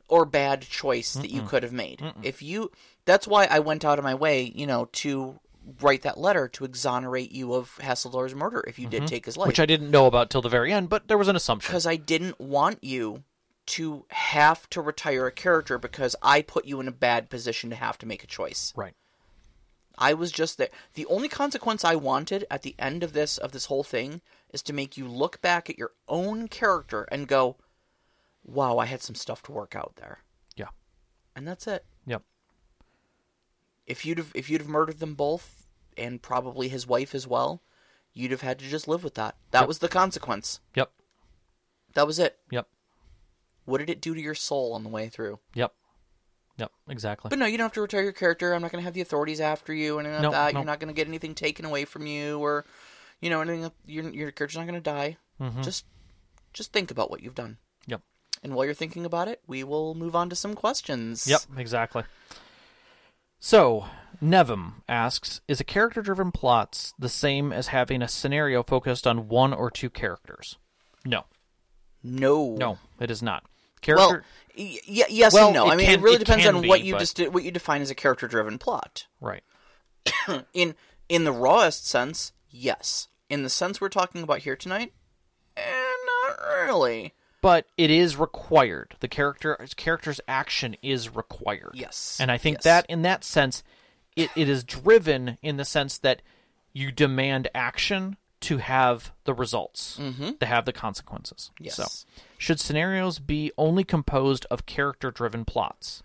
Speaker 1: or bad choice that you could have made. If you, that's why I went out of my way, you know, to write that letter to exonerate you of Hasseldor's murder if you did take his life,
Speaker 2: Mm-hmm. which I didn't know about till the very end, but there was an assumption.
Speaker 1: because I didn't want you to have to retire a character because I put you in a bad position to have to make a choice.
Speaker 2: Right.
Speaker 1: I was just there. The only consequence I wanted at the end of this of this whole thing is to make you look back at your own character and go, "Wow, I had some stuff to work out there."
Speaker 2: Yeah.
Speaker 1: And that's it.
Speaker 2: Yep.
Speaker 1: If you'd have if you'd have murdered them both and probably his wife as well, you'd have had to just live with that. That was the consequence.
Speaker 2: Yep.
Speaker 1: That was it.
Speaker 2: Yep.
Speaker 1: What did it do to your soul on the way through?
Speaker 2: Yep. Yep. Exactly.
Speaker 1: But no, you don't have to retire your character. I'm not going to have the authorities after you, and
Speaker 2: No,
Speaker 1: that.
Speaker 2: no.
Speaker 1: You're not going to get anything taken away from you, or you know anything. Your your character's not going to die.
Speaker 2: Mm-hmm.
Speaker 1: Just just think about what you've done,
Speaker 2: yep.
Speaker 1: and while you're thinking about it, we will move on to some questions.
Speaker 2: Yep. Exactly. So, Nevim asks Is a character driven plots the same as having a scenario focused on one or two characters? No.
Speaker 1: No.
Speaker 2: No, it is not.
Speaker 1: Well,
Speaker 2: Character.
Speaker 1: y- y- yes
Speaker 2: Well,
Speaker 1: and no.
Speaker 2: it
Speaker 1: I mean,
Speaker 2: can-
Speaker 1: it really
Speaker 2: it
Speaker 1: depends
Speaker 2: can
Speaker 1: on
Speaker 2: be,
Speaker 1: what you
Speaker 2: but-
Speaker 1: just what you define as a character-driven plot.
Speaker 2: right.
Speaker 1: In in the rawest sense, yes. In the sense we're talking about here tonight, eh, not really.
Speaker 2: But it is required. The character character's action is required.
Speaker 1: Yes.
Speaker 2: And I think
Speaker 1: Yes.
Speaker 2: that in that sense, it, it is driven in the sense that you demand action to have the results, to have the consequences.
Speaker 1: Mm-hmm. Yes.
Speaker 2: So, should scenarios be only composed of character driven plots?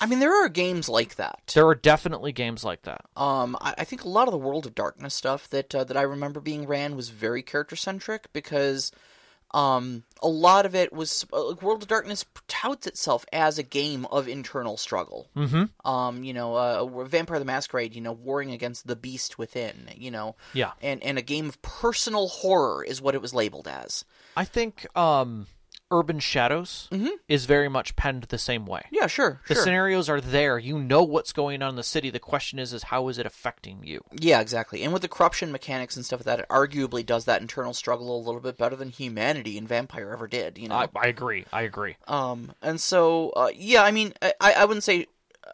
Speaker 1: I mean, there are games like that.
Speaker 2: There are definitely games like that.
Speaker 1: Um, I, I think a lot of the World of Darkness stuff that uh, that I remember being ran was very character centric because um, a lot of it was uh, like World of Darkness touts itself as a game of internal struggle. Mm-hmm. Um, you know, uh, Vampire the Masquerade, you know, warring against the beast within. You know,
Speaker 2: Yeah.
Speaker 1: and and a game of personal horror is what it was labeled as.
Speaker 2: I think um, Urban Shadows is very much penned the same way.
Speaker 1: Yeah, sure.
Speaker 2: The
Speaker 1: Mm-hmm. sure.
Speaker 2: scenarios are there. You know what's going on in the city. The question is, is how is it affecting you?
Speaker 1: Yeah, exactly. And with the corruption mechanics and stuff like that, it arguably does that internal struggle a little bit better than humanity and vampire ever did. You know,
Speaker 2: I, I agree. I agree.
Speaker 1: Um, and so, uh, yeah, I mean, I, I wouldn't say.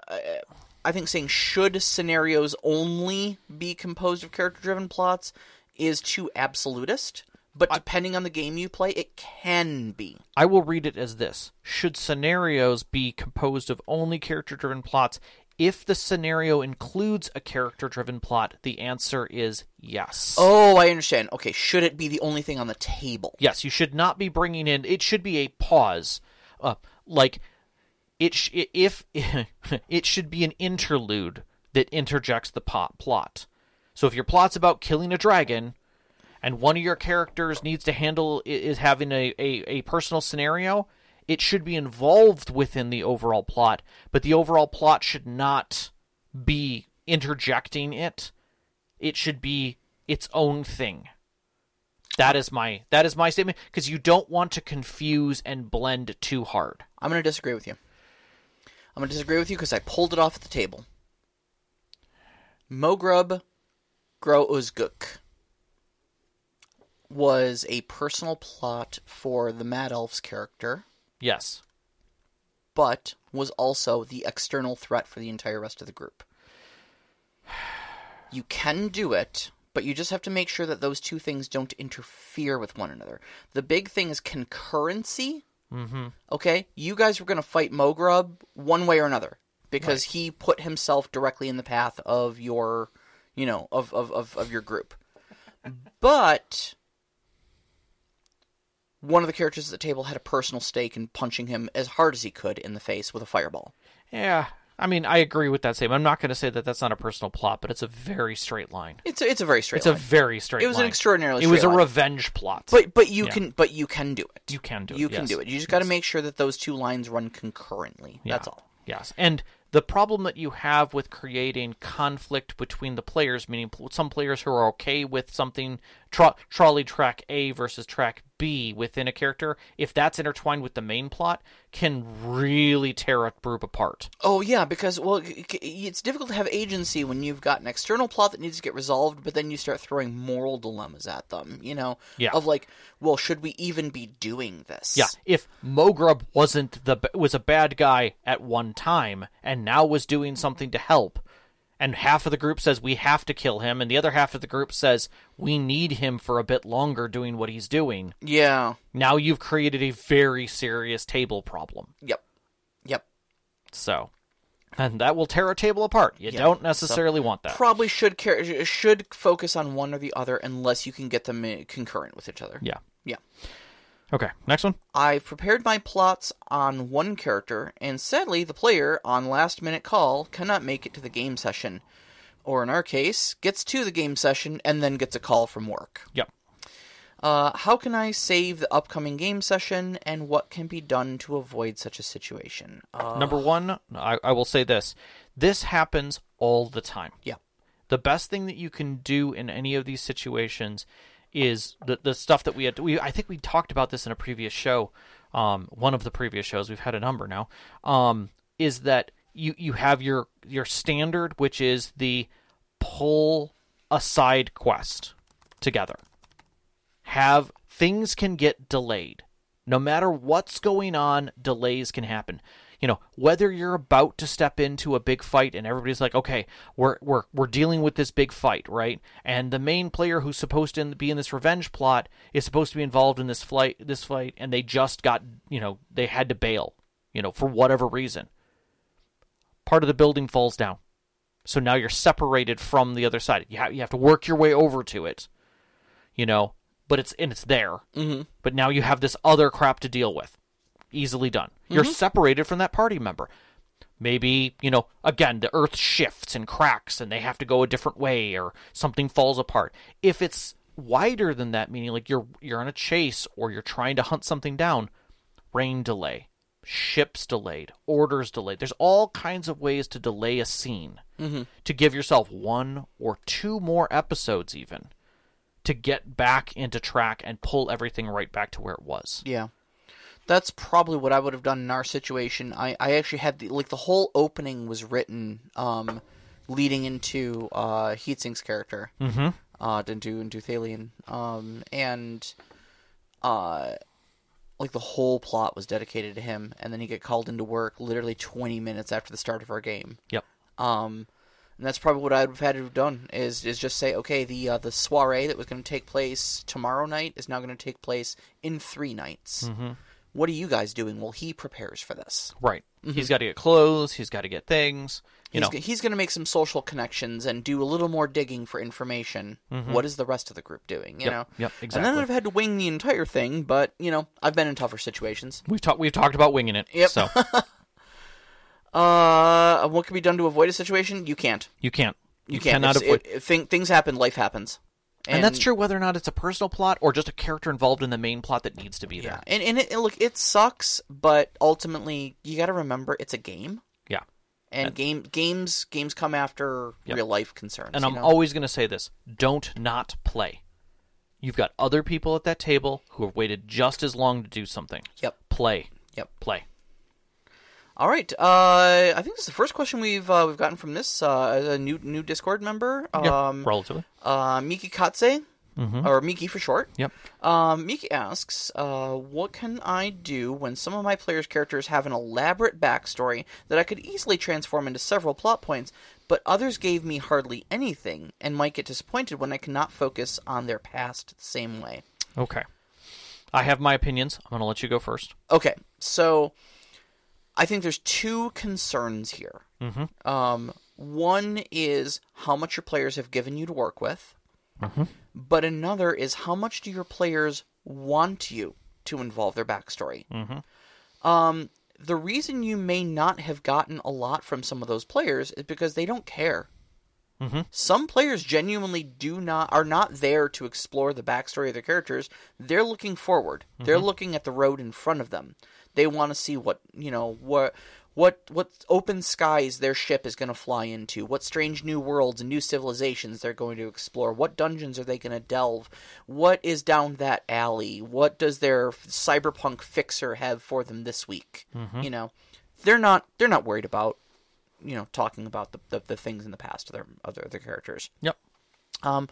Speaker 1: I, I think saying should scenarios only be composed of character driven plots is too absolutist, but depending on the game you play, it can be.
Speaker 2: I will read it as this: Should scenarios be composed of only character-driven plots? If the scenario includes a character-driven plot, the answer is yes.
Speaker 1: Oh, I understand. Okay, should it be the only thing on the table?
Speaker 2: Yes, you should not be bringing in. It should be a pause, uh, like it. Sh- i- if it should be an interlude that interjects the pot plot. So if your plot's about killing a dragon, and one of your characters needs to handle i- is having a, a, a personal scenario, it should be involved within the overall plot. But the overall plot should not be interjecting it. It should be its own thing. That is my that is my statement because you don't want to confuse and blend too hard.
Speaker 1: I'm going to disagree with you. I'm going to disagree with you because I pulled it off the table. Mogrub Gro Uzguk was a personal plot for the Mad Elf's character,
Speaker 2: Yes.
Speaker 1: but was also the external threat for the entire rest of the group. You can do it, but you just have to make sure that those two things don't interfere with one another. The big thing is concurrency
Speaker 2: Mm-hmm.
Speaker 1: okay, you guys were going to fight Mogrub one way or another because he put himself directly in the path of your, you know, of of of, of your group. but one of the characters at the table had a personal stake in punching him as hard as he could in the face with a fireball.
Speaker 2: Yeah. I mean, I agree with that statement. I'm not going to say that that's not a personal plot, but it's a very straight line.
Speaker 1: It's a, it's a very straight
Speaker 2: It's a
Speaker 1: line.
Speaker 2: very straight.
Speaker 1: it was
Speaker 2: line.
Speaker 1: an extraordinarily
Speaker 2: It was a
Speaker 1: straight line.
Speaker 2: revenge plot.
Speaker 1: but but you
Speaker 2: Yeah.
Speaker 1: can but you can do it.
Speaker 2: you can do it.
Speaker 1: You can
Speaker 2: yes.
Speaker 1: do it. You just got to make sure that those two lines run concurrently. That's all.
Speaker 2: Uh, Yes. And the problem that you have with creating conflict between the players, meaning pl- some players who are okay with something, tro- trolley track A versus track B within a character, if that's intertwined with the main plot, can really tear a group apart.
Speaker 1: Oh yeah, because well, c- c- it's difficult to have agency when you've got an external plot that needs to get resolved, but then you start throwing moral dilemmas at them. You know,
Speaker 2: Yeah.
Speaker 1: of like, well, should we even be doing this?
Speaker 2: Yeah, if Mogrub wasn't the was a bad guy at one time and now was doing something to help, and half of the group says we have to kill him, and the other half of the group says we need him for a bit longer doing what he's doing.
Speaker 1: yeah,
Speaker 2: Now you've created a very serious table problem.
Speaker 1: yep, yep.
Speaker 2: So, and that will tear a table apart. You don't necessarily want that.
Speaker 1: Probably should care should focus on one or the other unless you can get them uh, concurrent with each other.
Speaker 2: yeah.
Speaker 1: Yeah.
Speaker 2: Okay. Next one.
Speaker 1: I've prepared my plots on one character, and sadly, the player, on last minute call, cannot make it to the game session. Or in our case, gets to the game session and then gets a call from work.
Speaker 2: Yep.
Speaker 1: Uh, how can I save the upcoming game session, and what can be done to avoid such a situation? Uh,
Speaker 2: Number one, I, I will say this: this happens all the time.
Speaker 1: yeah.
Speaker 2: the best thing that you can do in any of these situations is the the stuff that we had. We I think we talked about this in a previous show, um, one of the previous shows. We've had a number now. Um, is that you you have your your standard, which is the pull a side quest together. Have things can get delayed. No matter what's going on, delays can happen. You know, whether you're about to step into a big fight and everybody's like, "Okay, we're we're we're dealing with this big fight, right?" And the main player who's supposed to in- be in this revenge plot is supposed to be involved in this flight this fight and they just got, you know, they had to bail, you know, for whatever reason. Part of the building falls down. So now you're separated from the other side. You have you have to work your way over to it. You know, but it's and it's there. Mm-hmm. But now you have this other crap to deal with. Easily done. You're separated from that party member. Maybe you know again the earth shifts and cracks and they have to go a different way or something falls apart. If it's wider than that, meaning like you're you're on a chase or you're trying to hunt something down, rain delay, ships delayed, orders delayed. There's all kinds of ways to delay a scene to give yourself one or two more episodes, even to get back into track and pull everything right back to where it was.
Speaker 1: Yeah. that's probably what I would have done in our situation. I, I actually had the like the whole opening was written um, leading into uh, Heatsink's character
Speaker 2: Mm-hmm.
Speaker 1: uh, into into Thalian, um, and uh, like the whole plot was dedicated to him, and then he get called into work literally 20 minutes after the start of our game.
Speaker 2: Yep.
Speaker 1: Um, and that's probably what I'd have had to have done is is just say, okay, the uh, the soiree that was going to take place tomorrow night is now going to take place in three nights.
Speaker 2: Mm-hmm.
Speaker 1: What are you guys doing? Well, he prepares for this.
Speaker 2: Right. He's got to get clothes. He's got to get things. You
Speaker 1: Mm-hmm. He's,
Speaker 2: know.
Speaker 1: g- he's going to make some social connections and do a little more digging for information. What is the rest of the group doing? You know.
Speaker 2: Mm-hmm. Yep.
Speaker 1: And
Speaker 2: Exactly.
Speaker 1: then I've had to wing the entire thing, but you know, I've been in tougher situations.
Speaker 2: We've talked. We've talked about winging it.
Speaker 1: Yep.
Speaker 2: So
Speaker 1: Uh, what can be done to avoid a situation? You can't.
Speaker 2: you can't.
Speaker 1: You, can't.
Speaker 2: cannot
Speaker 1: It's-
Speaker 2: avoid.
Speaker 1: it- it- thing- things happen. Life happens.
Speaker 2: and, that's true whether or not it's a personal plot or just a character involved in the main plot that needs to be
Speaker 1: Yeah.
Speaker 2: there.
Speaker 1: And and, it, and look, it sucks, but ultimately, you got to remember it's a game,
Speaker 2: Yeah.
Speaker 1: and, game games games come after
Speaker 2: Yep.
Speaker 1: real life concerns.
Speaker 2: And
Speaker 1: you
Speaker 2: I'm
Speaker 1: know?
Speaker 2: always going to say this: don't not play. You've got other people at that table who have waited just as long to do something.
Speaker 1: Yep.
Speaker 2: Play.
Speaker 1: Yep.
Speaker 2: Play.
Speaker 1: All right. Uh, I think this is the first question we've uh, we've gotten from this uh, a new new Discord member.
Speaker 2: Yeah,
Speaker 1: Um,
Speaker 2: relatively.
Speaker 1: uh, Miki Katse,
Speaker 2: Mm-hmm.
Speaker 1: or Miki for short.
Speaker 2: Yep.
Speaker 1: Um, Miki asks, uh, "What can I do when some of my players' characters have an elaborate backstory that I could easily transform into several plot points, but others gave me hardly anything, and might get disappointed when I cannot focus on their past the same way?"
Speaker 2: Okay. I have my opinions. I'm going to let you go first.
Speaker 1: Okay, so I think there's two concerns here. Mm-hmm. Um, one is how much your players have given you to work with, Mm-hmm. but another is how much do your players want you to involve their backstory. Mm-hmm. Um, the reason you may not have gotten a lot from some of those players is because they don't care. Some players genuinely do not are not there to explore the backstory of their characters. They're looking forward. They're looking at the road in front of them. They want to see what you know what what what open skies their ship is going to fly into. What strange new worlds and new civilizations they're going to explore. What dungeons are they going to delve? What is down that alley? What does their cyberpunk fixer have for them this week? You know, they're not they're not worried about you know talking about the, the, the things in the past of their of their, their characters.
Speaker 2: Yep.
Speaker 1: Um,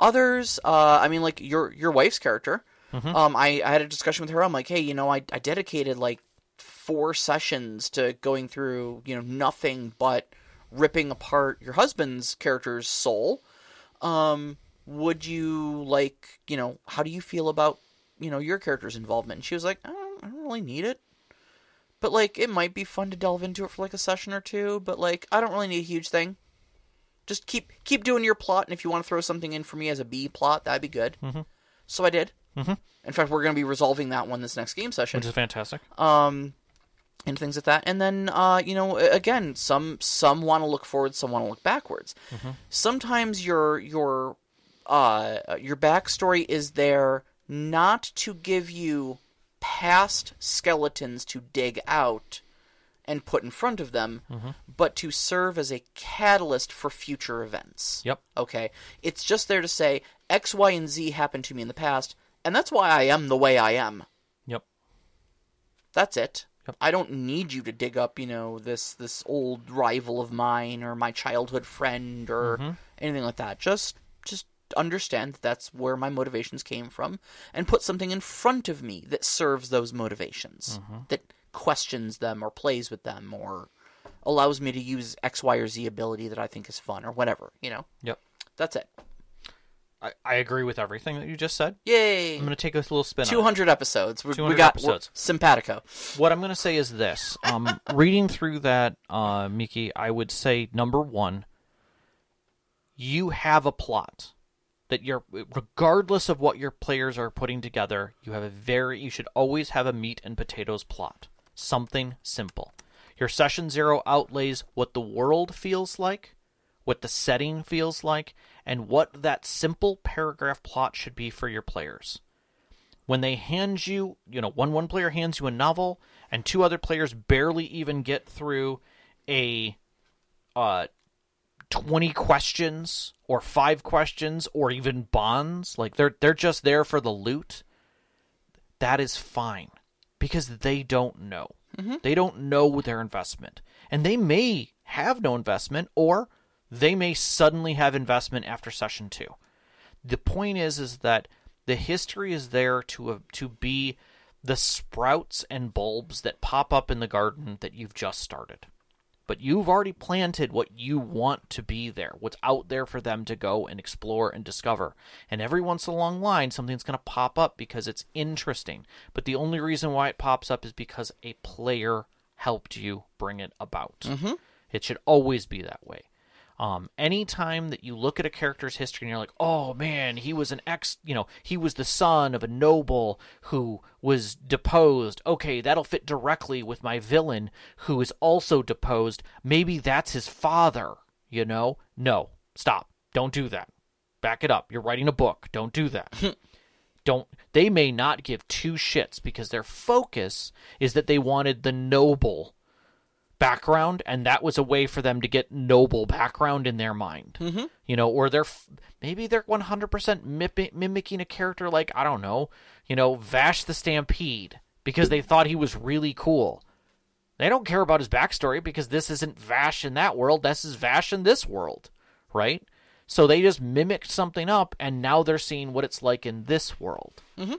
Speaker 1: others, uh, I mean, like your your wife's character. Um, I, I had a discussion with her. I'm like, hey, you know, I, I dedicated like four sessions to going through you know nothing but ripping apart your husband's character's soul. Um, would you like you know how do you feel about you know your character's involvement? And she was like, I don't, I don't really need it. But like, it might be fun to delve into it for like a session or two. But like, I don't really need a huge thing just keep keep doing your plot, and if you want to throw something in for me as a B plot, that'd be good. So I did. Mm-hmm. In fact, we're going to be resolving that one this next game session
Speaker 2: Which is fantastic.
Speaker 1: um, and things like that. And then uh, you know, a- again, some some want to look forward, some want to look backwards. Sometimes your your uh, your backstory is there not to give you past skeletons to dig out and put in front of them, but to serve as a catalyst for future events.
Speaker 2: Yep.
Speaker 1: Okay. It's just there to say X, Y, and Z happened to me in the past, and that's why I am the way I am.
Speaker 2: Yep.
Speaker 1: That's it.
Speaker 2: Yep.
Speaker 1: I don't need you to dig up, you know, this this old rival of mine or my childhood friend or
Speaker 2: Mm-hmm.
Speaker 1: anything like that. Just just understand that that's where my motivations came from and put something in front of me that serves those motivations.
Speaker 2: Mm-hmm.
Speaker 1: That questions them or plays with them or allows me to use X, Y, or Z ability that I think is fun or whatever, you know?
Speaker 2: Yep.
Speaker 1: That's it.
Speaker 2: I, I agree with everything that you just said.
Speaker 1: Yay!
Speaker 2: I'm going to take a little spin. on it.
Speaker 1: 200 episodes. We,
Speaker 2: 200
Speaker 1: we got we're-
Speaker 2: episodes.
Speaker 1: Simpatico.
Speaker 2: What I'm going to say is this: um, reading through that, uh, Miki, I would say number one, you have a plot that you're, regardless of what your players are putting together, you have a very, you should always have a meat and potatoes plot, something simple. Your session zero outlays what the world feels like, what the setting feels like, and what that simple paragraph plot should be for your players when they hand you, you know, one one player hands you a novel, and two other players barely even get through a uh, twenty questions or five questions or even bonds. Like they're they're just there for the loot. That is fine because they don't know. They don't know their investment. And they may have no investment or they may suddenly have investment after session 2. The point is is that the history is there to uh, to be the sprouts and bulbs that pop up in the garden that you've just started. But you've already planted what you want to be there, what's out there for them to go and explore and discover. And every once along the line, something's going to pop up because it's interesting. But the only reason why it pops up is because a player helped you bring it about. It should always be that way. Um, anytime that you look at a character's history and you're like, oh man, he was an ex, you know, he was the son of a noble who was deposed. Okay, that'll fit directly with my villain who is also deposed. Maybe that's his father, you know? No, stop. Don't do that. Back it up. You're writing a book. Don't do that don't they may not give two shits because their focus is that they wanted the noble background and that was a way for them to get noble background in their mind you know or they're f- maybe they're 100% mip- mimicking a character like i don't know you know vash the stampede because they thought he was really cool they don't care about his backstory because this isn't Vash in that world. This is Vash in this world, right? So they just mimicked something up, and now they're seeing what it's like in this world. Mm-hmm.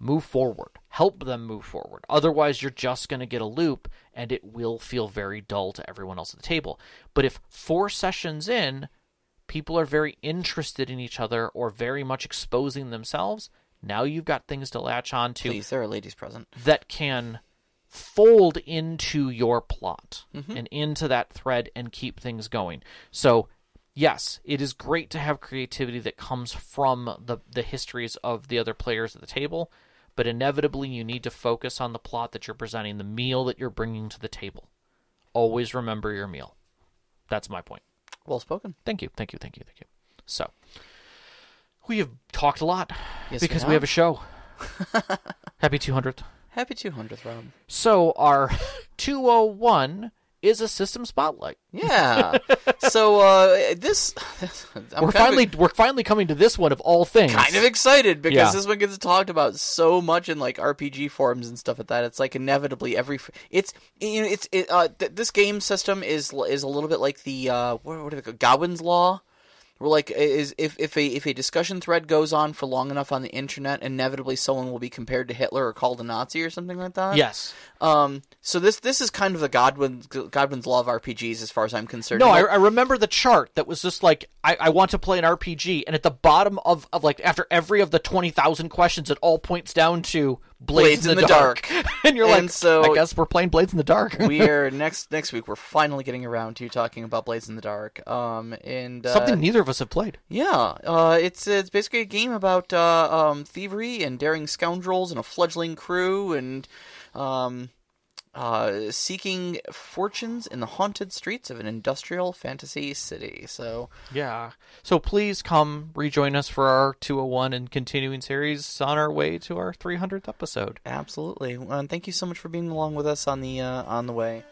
Speaker 2: Move forward. Help them move forward. Otherwise, you're just going to get a loop, and it will feel very dull to everyone else at the table. But if four sessions in, people are very interested in each other or very much exposing themselves, now you've got things to latch on to
Speaker 1: Please, there are ladies present.
Speaker 2: that can fold into your plot
Speaker 1: Mm-hmm.
Speaker 2: and into that thread and keep things going. So, yes, it is great to have creativity that comes from the the histories of the other players at the table, but inevitably you need to focus on the plot that you're presenting, the meal that you're bringing to the table. Always remember your meal. That's my point.
Speaker 1: Well spoken.
Speaker 2: Thank you. Thank you. Thank you. Thank you. So, we have talked a lot
Speaker 1: Yes, we
Speaker 2: because we
Speaker 1: have.
Speaker 2: have a show. Happy 200th.
Speaker 1: Happy 200th, Rob.
Speaker 2: So our 201 is a system spotlight.
Speaker 1: Yeah. so uh, this, I'm
Speaker 2: we're
Speaker 1: kind
Speaker 2: finally
Speaker 1: of,
Speaker 2: we're finally coming to this one of all things.
Speaker 1: kind of excited because
Speaker 2: Yeah.
Speaker 1: this one gets talked about so much in like RPG forums and stuff like that. It's like inevitably every f- it's you know it's it, uh, th- this game system is l- is a little bit like the uh, what, what do they call Godwin's law. Where like is if if a if a discussion thread goes on for long enough on the internet, inevitably someone will be compared to Hitler or called a Nazi or something like that.
Speaker 2: Yes.
Speaker 1: Um. So this this is kind of the Godwin Godwin's law of RPGs, as far as I'm concerned.
Speaker 2: No,
Speaker 1: Like,
Speaker 2: I, I remember the chart that was just like I, I want to play an RPG, and at the bottom of, of like after every of the twenty thousand questions, it all points down to Blades, in the, dark. and you're
Speaker 1: And
Speaker 2: like,
Speaker 1: so-
Speaker 2: I guess we're playing Blades in the Dark.
Speaker 1: we're next next week. We're finally getting around to talking about Blades in the Dark. Um, and uh,
Speaker 2: Something neither of us have played.
Speaker 1: yeah, uh, it's it's basically a game about uh, um, thievery and daring scoundrels and a fledgling crew and um, uh, seeking fortunes in the haunted streets of an industrial fantasy city. So
Speaker 2: Yeah. So please come rejoin us for our 201 and continuing series on our way to our 300th episode.
Speaker 1: Absolutely. Well, And thank you so much for being along with us on the uh, on the way.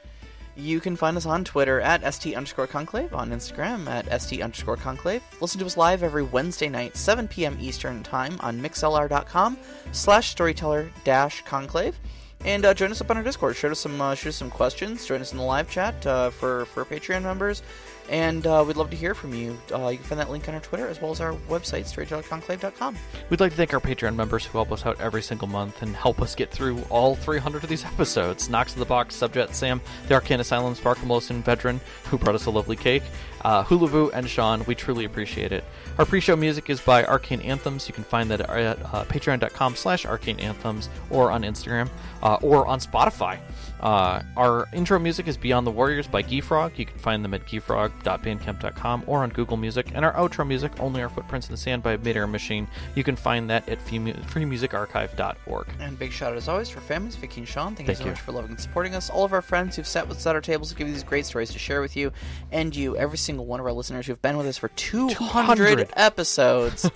Speaker 1: You can find us on Twitter at st underscore conclave, on Instagram at st underscore conclave. Listen to us live every Wednesday night, 7 p.m. Eastern Time on mixlr.com slash storyteller dash conclave. And uh, join us up on our Discord. Shoot us some uh, shoot us some questions. Join us in the live chat uh, for for Patreon members, and uh, we'd love to hear from you. Uh, you can find that link on our Twitter as well as our website storytellerconclave.com.
Speaker 2: We'd like to thank our Patreon members who help us out every single month and help us get through all 300 of these episodes. Knox of the Box, Subjet Sam, the Arcane Asylum, Sparkle Molson veteran who brought us a lovely cake, uh, Hulavu, and Sean. We truly appreciate it. Our pre-show music is by Arcane Anthems. You can find that at uh, patreon.com slash arcane anthems or on Instagram uh, or on Spotify. Uh, our intro music is Beyond the Warriors by Geefrog. You can find them at geefrog.bandcamp.com or on Google Music. And our outro music, Only Our Footprints in the Sand by Midair Machine, you can find that at free mu- freemusicarchive.org.
Speaker 1: And big shout out as always for families, Vicky and Sean. Thank, you
Speaker 2: Thank
Speaker 1: so
Speaker 2: you.
Speaker 1: much for loving and supporting us. All of our friends who've sat with us at our tables to give you these great stories to share with you, and you, every single one of our listeners who've been with us for 200,
Speaker 2: 200.
Speaker 1: episodes.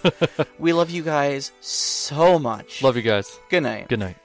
Speaker 1: we love you guys so much.
Speaker 2: Love you guys.
Speaker 1: Good night.
Speaker 2: Good night.